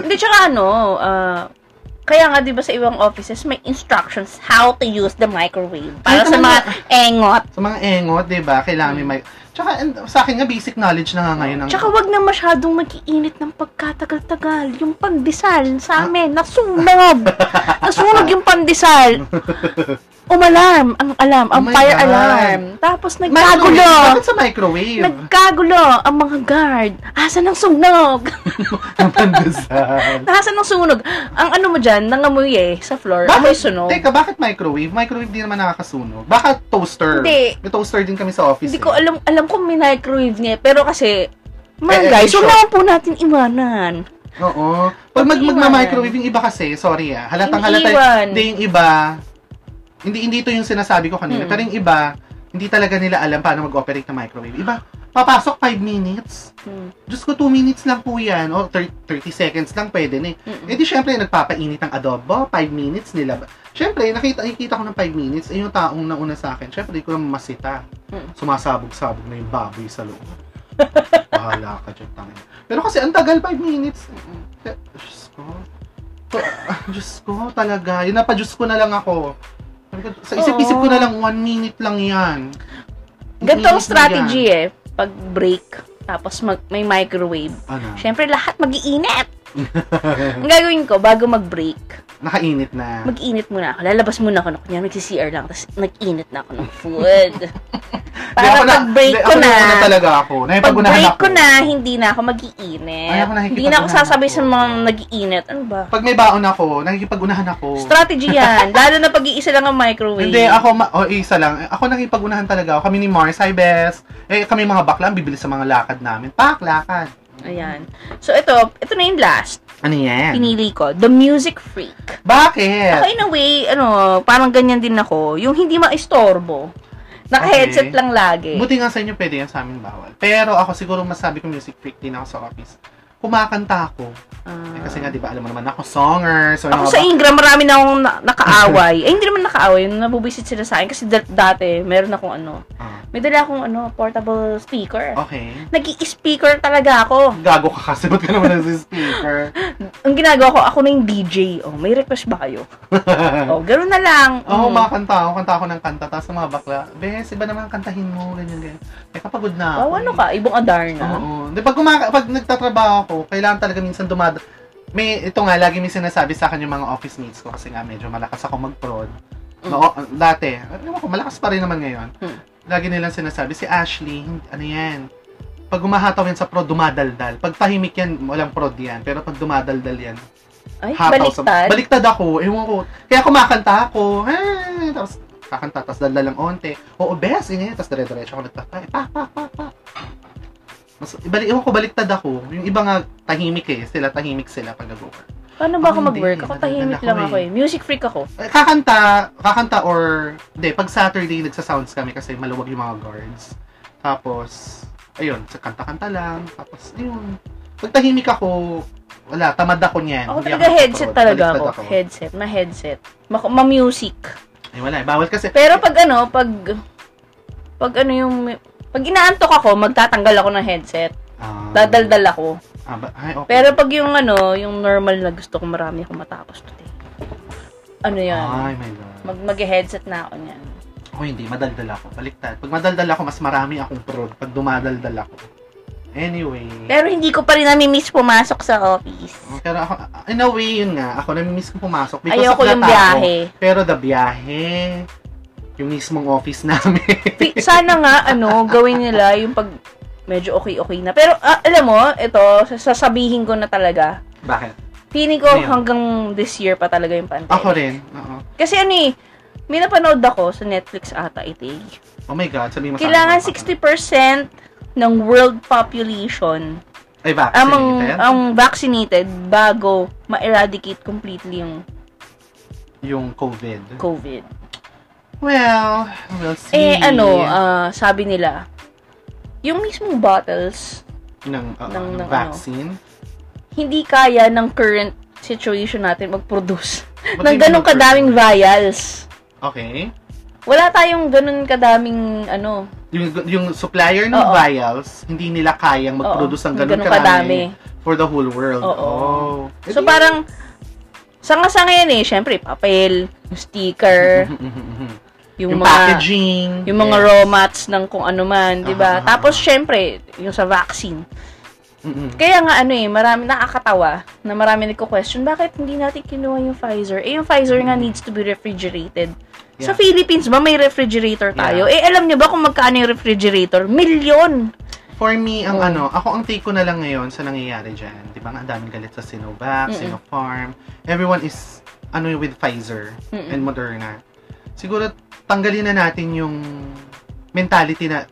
Hindi, tsaka ano, ah, kaya nga, di ba, sa ibang offices, may instructions how to use the microwave. Para Ay, sa tama mga engot. sa mga engot, di ba? Kailangan may mic. Tsaka, and, sa akin nga, basic knowledge na nga ngayon. Ang, Hmm. Tsaka wag na masyadong mag-iinit ng pagkatagal-tagal. Yung pandesal Ah. sa amin, nasunog. nasunog yung pandesal. Umalarm, ang alarm, ang Oh my fire God. ano, alarm. Tapos Microwave. nagkagulo. Bakit sa microwave? Nagkagulo ang mga guard. Asan ang sunog? Ang pandesal. Asan ang sunog? Ang ano mo dyan, nangamoy eh, sa floor. Amoy Bakit? sunog. Teka, bakit microwave? Microwave din naman nakakasunog. Baka toaster. Hindi. May toaster din kami sa office. Hindi eh. ko alam, alam ko may microwave niya. eh. Pero kasi, man Eh, eh, guys, huwag sure. naman po natin iwanan. Oo. Pag mag Iniiwan. magma-microwave yung iba kasi, sorry ah. Halatang Iniiwan. halata. Hindi yung iba. Hindi hindi ito yung sinasabi ko kanina. Mm. Pero yung iba, hindi talaga nila alam paano mag-operate ng microwave. Iba, papasok 5 minutes. Mm. Diyos ko, 2 minutes lang po yan. O, thir- 30 seconds lang pwede na eh. Mm-mm. Eh di syempre, nagpapainit ang adobo. 5 minutes nila. Syempre, nakita, nakita ko ng 5 minutes. Eh, yung taong nauna sa akin, syempre, di ko na masita. Mm. Sumasabog-sabog na yung baboy sa loob. Bahala ka dyan, tangin. Pero kasi ang tagal, 5 minutes. Eh, Diyos ko. Pa- ah, Diyos ko, talaga. Yun, napa-Diyos ko na lang ako. Sabi ko, Sa isip-isip ko na lang, 1 minute lang yan. Ganito ang Minute na strategy yan. eh. Pag break, tapos mag, may microwave. Ano? Siyempre, lahat mag-iinit. Ang gagawin ko, bago mag-break, Nakainit na. mag-init muna ako. Lalabas muna ako. ng- Kunyari, magsi-CR lang. Tapos, nag-init na ako ng food. Hindi, Para ako na- pag-break hindi, ko na, Ako na talaga ako. Nahipagunahan pag-break ako. ko na, hindi na ako mag-iinit. Ay, ako nakikipagunahan hindi na ako sasabay sa ako. mga nag-iinit. Ano ba? Pag may baon ako, nakikipagunahan ako. Strategy yan. Lalo na pag-iisa lang ang microwave. Hindi, ako, ma- oh, isa lang. Ako nakipagunahan talaga ako. Kami ni Mars, hi best. Eh, kami mga bakla, ang bibilis sa mga lakad namin. Pak, lakad. Ayan. So, ito, ito na yung last. Ano yan? Pinili ko. The Music Freak. Bakit? Ako, in a way, ano, parang ganyan din ako. Yung hindi maistorbo. Naka-headset Okay. lang lagi. Buti nga sa inyo pwede yan, sa amin bawal. Pero ako siguro masabi ko music freak din ako sa office. kumakanta ako. Ah. Eh, kasi nga, di ba, alam mo naman ako, songer. So, Ako ano sa ba? Ingram, marami na akong na- nakaaway. eh, hindi naman nakaaway. Nabubisit sila sa akin. Kasi da- dati, meron akong ano. Ah, May dala akong ano, portable speaker. okay. Nag-i-speaker talaga ako. Gago ka kasi, ba't ka naman nasa speaker? Ang ginagawa ko, ako na yung DJ. Oh, may request ba kayo? Oh, Oo, ganoon na lang. oh, Mm. makakanta ako. Kanta ako ng kanta. Tapos sa mga bakla, Bes, iba naman ang kantahin mo. Ganyan, ganyan. Eh, kapagod na Oh, ako. ano eh. ka? Ibong Adarna. Oo. Di, pag, kumaka- pag nagtatrabaho ako, kailangan talaga minsan dumada... May, ito nga, lagi may sinasabi sa akin yung mga office mates ko kasi nga medyo malakas ako mag-prod. No, o- dati, alam ko, malakas pa rin naman ngayon. Mm. Lagi nilang sinasabi, si Ashley, hin- ano yan, pag umahataw yan sa prod, dumadaldal. Pag tahimik yan, walang prod yan. Pero pag dumadaldal yan, Ay, Eh, hataw baliktad. sa... Baliktad ako, ewan ko. Kaya kumakanta ako, eh, tapos kakanta, tapos daldal ng onte. Oo, best, ganyan, tapos dire-diretso ako nagtatay. Pa, pa, pa, pa. Mas, ibalik, ewan ko, baliktad ako. Yung iba nga, tahimik eh. Sila, tahimik sila pag nag-work. Paano ba ako Ako hindi. mag-work? Ako tahimik Nadadala lang ko ako eh. Music freak ako. Eh, kakanta, kakanta or, hindi, pag Saturday, nagsasounds kami kasi maluwag yung mga guards. Tapos, ayun, sa kanta-kanta lang. Tapos, ayun. Pag tahimik ako, wala, tamad ako niyan. Ako Hindi talaga headset nakaprod. talaga Baliktad ako. Headset, na headset. Ma- ma-music. Eh, wala, eh, bawal kasi. Pero pag ano, pag pag ano yung pag inaantok ako, magtatanggal ako ng headset. Ah. Dadaldal ako. Ah, ba- ay, okay. Pero pag yung ano, yung normal na gusto ko marami akong matapos today. Ano yan? Ay, my God. Mag mag-headset na ako niyan. Ako hindi, madaldal ako. Baliktad. Pag madaldal ako, mas marami akong prod. Pag dumadaldal ako. Anyway. Pero hindi ko pa rin nami-miss pumasok sa office. Pero ako, in a way, yun nga, ako namimiss ko pumasok. Because Ayoko of the yung tao. biyahe. Pero the biyahe, yung mismong office namin. Fi- Sana nga, ano, gawin nila yung pag medyo okay-okay na. Pero, ah, alam mo, ito, sasabihin ko na talaga. Bakit? Feeling ko Ano yun? hanggang this year pa talaga yung pandemic. Ako rin. Oo. Kasi ano eh, may napanood ako sa Netflix ata ito eh. Oh my God, sabi mo sa Kailangan akin, 60% ng world population Ay, vaccinated? among ang vaccinated bago ma-eradicate completely yung yung COVID. COVID. Well, we'll see. Eh ano, ah, sabi nila, yung mismong bottles ng, oo, ng- ng ng ano. vaccine. hindi kaya ng current situation natin mag-produce Ba't ng hindi ganong mag-produce? kadaming vials. Okay. Wala tayong ganun kadaming ano, Yung, yung supplier ng Oo. vials, hindi nila kayang oo, mag-produce ng ng ganun ganong karami kadami. for the whole world. Oo. Oh. Eh, So di- parang sanga-sanga yan eh, syempre papel, yung sticker, yung, yung, mga packaging. yung mga yeah. raw mats ng kung ano man, 'di ba? Ah. Tapos syempre yung sa vaccine. Mm-mm. Kaya nga ano eh, marami nakakatawa na marami nagko-question, bakit hindi natin kinuha yung Pfizer? Eh yung Pfizer nga needs to be refrigerated. Sa Yeah. Philippines ba may refrigerator tayo? Eh alam niyo ba kung magkano yung refrigerator? Milyon. For me, ang Oo. ano, ako ang take ko na lang ngayon sa nangyayari dyan. Di ba nga, ang daming galit sa Sinovac, Mm-mm. Sinopharm. Everyone is, ano with Pfizer Mm-mm. and Moderna. Siguro, tanggalin na natin yung mentality na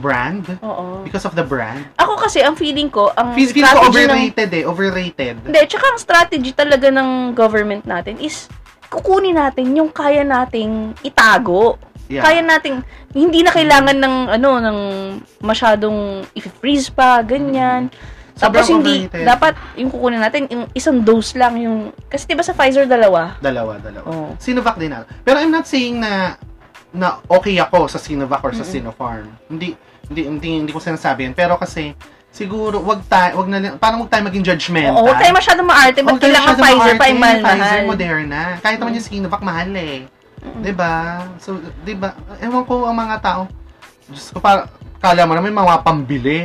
brand. Oo. Because of the brand. Ako kasi ang feeling ko ang Feel, feel ko strategy Mm. ng overrated eh. Overrated. Hindi, tsaka ang strategy talaga ng government natin is kukunin natin yung kaya nating itago. Yeah. Kaya nating hindi na kailangan ng ano ng masyadong i-freeze pa ganyan. Tapos Sobrang hindi overrated. dapat yung kukunin natin yung isang dose lang yung kasi 'di ba sa Pfizer dalawa? Dalawa, dalawa. Oo. Sinovac din ako. Pero I'm not saying na na okay ako sa Sinovac or sa Mm-mm. Sinopharm. Hindi hindi hindi, hindi ko sinasabi yun. Pero kasi siguro wag tayo wag na lang- parang wag tayo maging Oo, judgmental. huwag tayo masyadong maarte. Ba't Huwag tayo kailangan masyadong Pfizer pa maarte, yung Pfizer mahal-mahal? Moderna. Kahit naman yung Sinovac mahal eh. Mm. 'Di ba? So 'di ba ewan ko ang mga tao. Diyos ko para kala mo naman may mga pambili.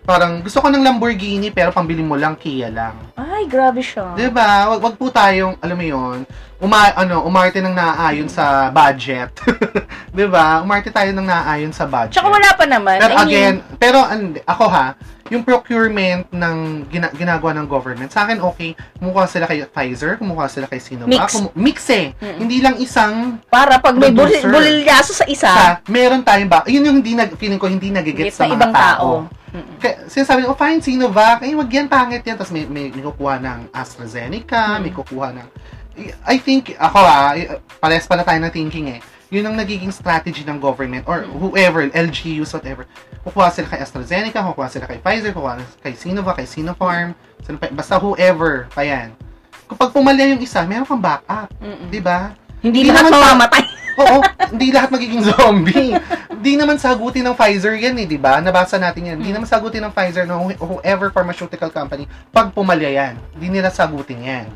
Parang gusto ko ng Lamborghini pero pambili mo lang Kia lang. Ay, grabe siya. 'Di ba? Diba? Wag, wag po tayong, alam mo 'yon, uma ano, umarte ng naaayon sa budget. 'Di ba? Umarte tayo ng naaayon sa budget. Tsaka wala pa naman. Pero I mean, again, pero and, ako ha, yung procurement ng gina- ginagawa ng government, sa akin okay, kumukuha sila kay Pfizer, kumukuha sila kay Sinovac, Mix. kumu- mix eh. Mm-mm. Hindi lang isang para pag may buli- Producer. bulilyaso sa isa, sa, meron tayong ba, yun yung hindi nag, feeling ko hindi nagigets Ah. gets na sa mga ibang tao. Mm-mm. Kaya sinasabi niya, oh fine, Sinovac, eh wag yan, pangit yan. Tapos may, may, may kukuha ng AstraZeneca, may kukuha ng... I think, ako ah, i- parehas pala tayo ng thinking eh. Yun ang nagiging strategy ng government or whoever, LGUs, whatever. Kukuha sila kay AstraZeneca, kukuha sila kay Pfizer, kukuha kay Sinova, kay Sinopharm, sino pa- basta whoever pa yan. Kapag pumalya yung isa, meron kang backup, Mm-mm. di ba? Hindi Hindi lahat naman pa- mamamatay. Oo, hindi lahat magiging zombie. Hindi naman sagutin ng Pfizer yan eh, di ba? Nabasa natin yan. Hindi Hmm. naman sagutin ng Pfizer na wh- whoever pharmaceutical company, pag pumalya yan, hindi nila sagutin yan.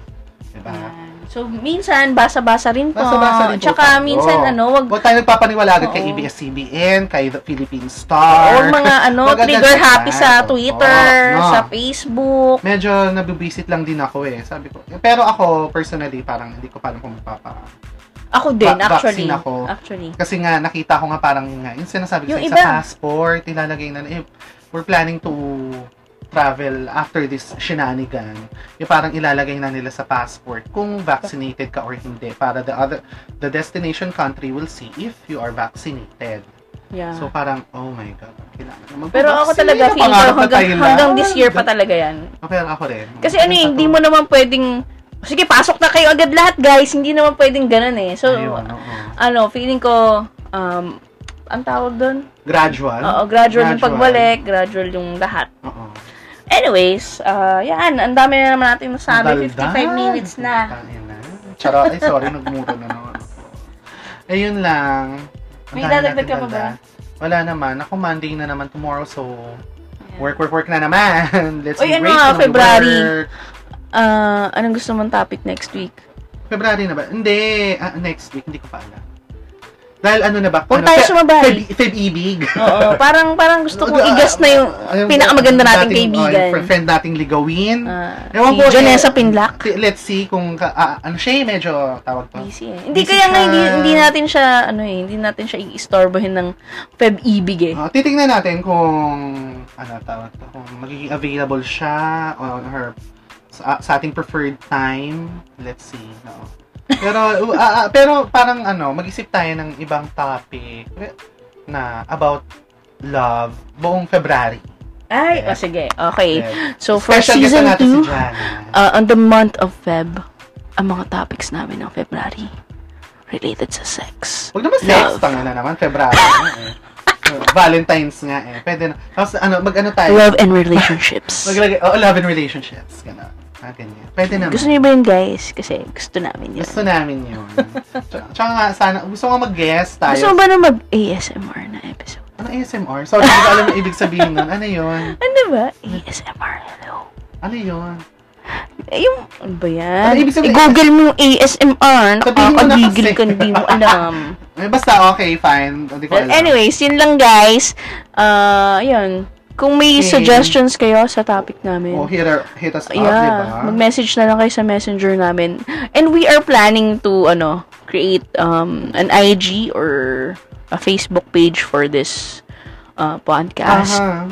Di ba? Yan. So, minsan, basa-basa rin po. Ah. Basa-basa rin Oh. po Tsaka, tayo. minsan, ano, wag, Huwag tayo nagpapaniwala agad Oo. kay ABS-CBN, kay The Philippine wag Star. mga, ano, Maganda trigger siya. happy sa Oo, Twitter, no. sa Facebook. Medyo nabibisit lang din ako eh. Sabi ko, pero ako, personally, parang hindi ko parang kung magpapa. Ako din, Ba- actually. vaccine ako. Actually. Kasi nga, nakita ko nga parang yun nga, yung sinasabi ko Yung sa, sa iba. passport, ilalagay na, eh, we're planning to travel after this shenanigan. Yung parang ilalagay na nila sa passport kung vaccinated ka or hindi para the other the destination country will see if you are vaccinated. Yeah. So parang oh my god, kailangan naman. Ah. Pero ako talaga, Sino feeling ko pangarap na hanggang, tayo lang? hanggang this year pa talaga yan. Oh, Pero ako rin. Kasi ano eh, hindi mo naman pwedeng, sige, pasok na kayo agad lahat, guys. Hindi naman pwedeng ganun eh. So, Ayun, oo. ano, feeling ko, um, ang tawag doon? Gradual. Oo, gradual yung Ano? Gradual. pagbalik, gradual yung lahat. Oo. Anyways, ah, yan, ang dami na naman natin nasabi, Daldal. 55 minutes na. Tangin na. Charo, ay sorry, nagmuro na naman ako. Ayun lang. Ang May dami dadagdag natin ka pa ba? dala. Wala naman. Ako Monday na naman tomorrow, so work, work, work na naman. Let's Uy, be ano great nga, to the February. work. Ah, anong gusto mong topic next week? February na ba? Hindi. Ah, next week, hindi ko pa alam. Dahil ano na ba? Huwag Ano, tayo Fe- sumabay. Feb- Feb-ibig. Oo, parang parang gusto ko i-guess na yung Ah, yung- pinakamaganda nating dating- oh, kaibigan. yung friend nating ligawin. Ah, Ewan si ko, eh. Jonessa Pinlac. T- Let's see kung, ka- ah, ano siya eh, medyo tawag to. Busy eh. Hindi Busy kaya nga siya. hindi, hindi natin siya ano eh, hindi natin siya iistorbohin ng Feb-ibig eh. Ah, titingnan natin kung ano tawag to, kung magiging available siya on her sa, ah, sa ating preferred time. Let's see. No. Pero uh, ah, ah, pero parang ano, mag-isip tayo ng ibang topic na about love buong February. Ay, Ah, Yeah. o sige. Okay. Yeah. So for Special guest season na 2, natin si Jana. uh, on the month of Feb, ang mga topics namin ng February related sa sex. Huwag naman sex, Love. tanga na naman, February. na eh. Valentine's nga eh. Pwede na. Tapos ano, mag-ano tayo? Love and relationships. Maglagay, oh, love and relationships. Gano'n. Ah, ganyan. Pwede naman. gusto niyo ba yun guys? Kasi gusto namin yun. Gusto namin yun. Tsaka tsaka nga, sana, gusto nga mag-guest tayo. Gusto mo ba na mag-ASMR na episode? Ano ASMR? Sorry, hindi ko alam yung ibig sabihin nun. Ano yun? Ano ba? ASMR, hello. Ano yun? Eh, Yung, ano ba Ano yan? ibig sabihin? I-google mo yung ASMR, Sabihin mo na nakakagigil kasi. ka, hindi mo alam. Eh, basta, okay, fine. Hindi ko Well, alam. anyways, yun lang guys. Ah, yun. Kung may Okay. suggestions kayo sa topic namin, Oh, hit, her- hit us up, diba? yeah, di ba? mag-message na lang kayo sa messenger namin. And we are planning to, ano, create um, an IG or a Facebook page for this uh, podcast. Aha.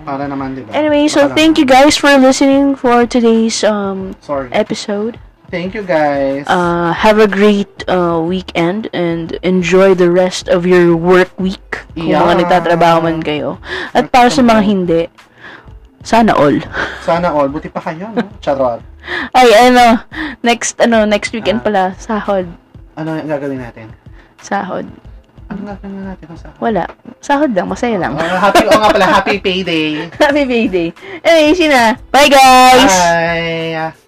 Para naman, diba? di ba? Anyway, so Baka thank naman. you guys for listening for today's um, Sorry. episode. Thank you, guys. Uh, have a great uh, weekend and enjoy the rest of your work week kung Yeah. mga nagtatrabaho man kayo. At para sa mga hindi, sana all. Sana all. Buti pa kayo, no? Charot. Ay, ano, next, ano, next weekend pala, sahod. Ano yung gagawin natin? Sahod. Ano gagawin natin sa... Wala. Sahod lang, masaya lang. Ah, happy, oh nga pala, happy payday. Happy payday. Anyway, yun na. Bye, guys! Bye!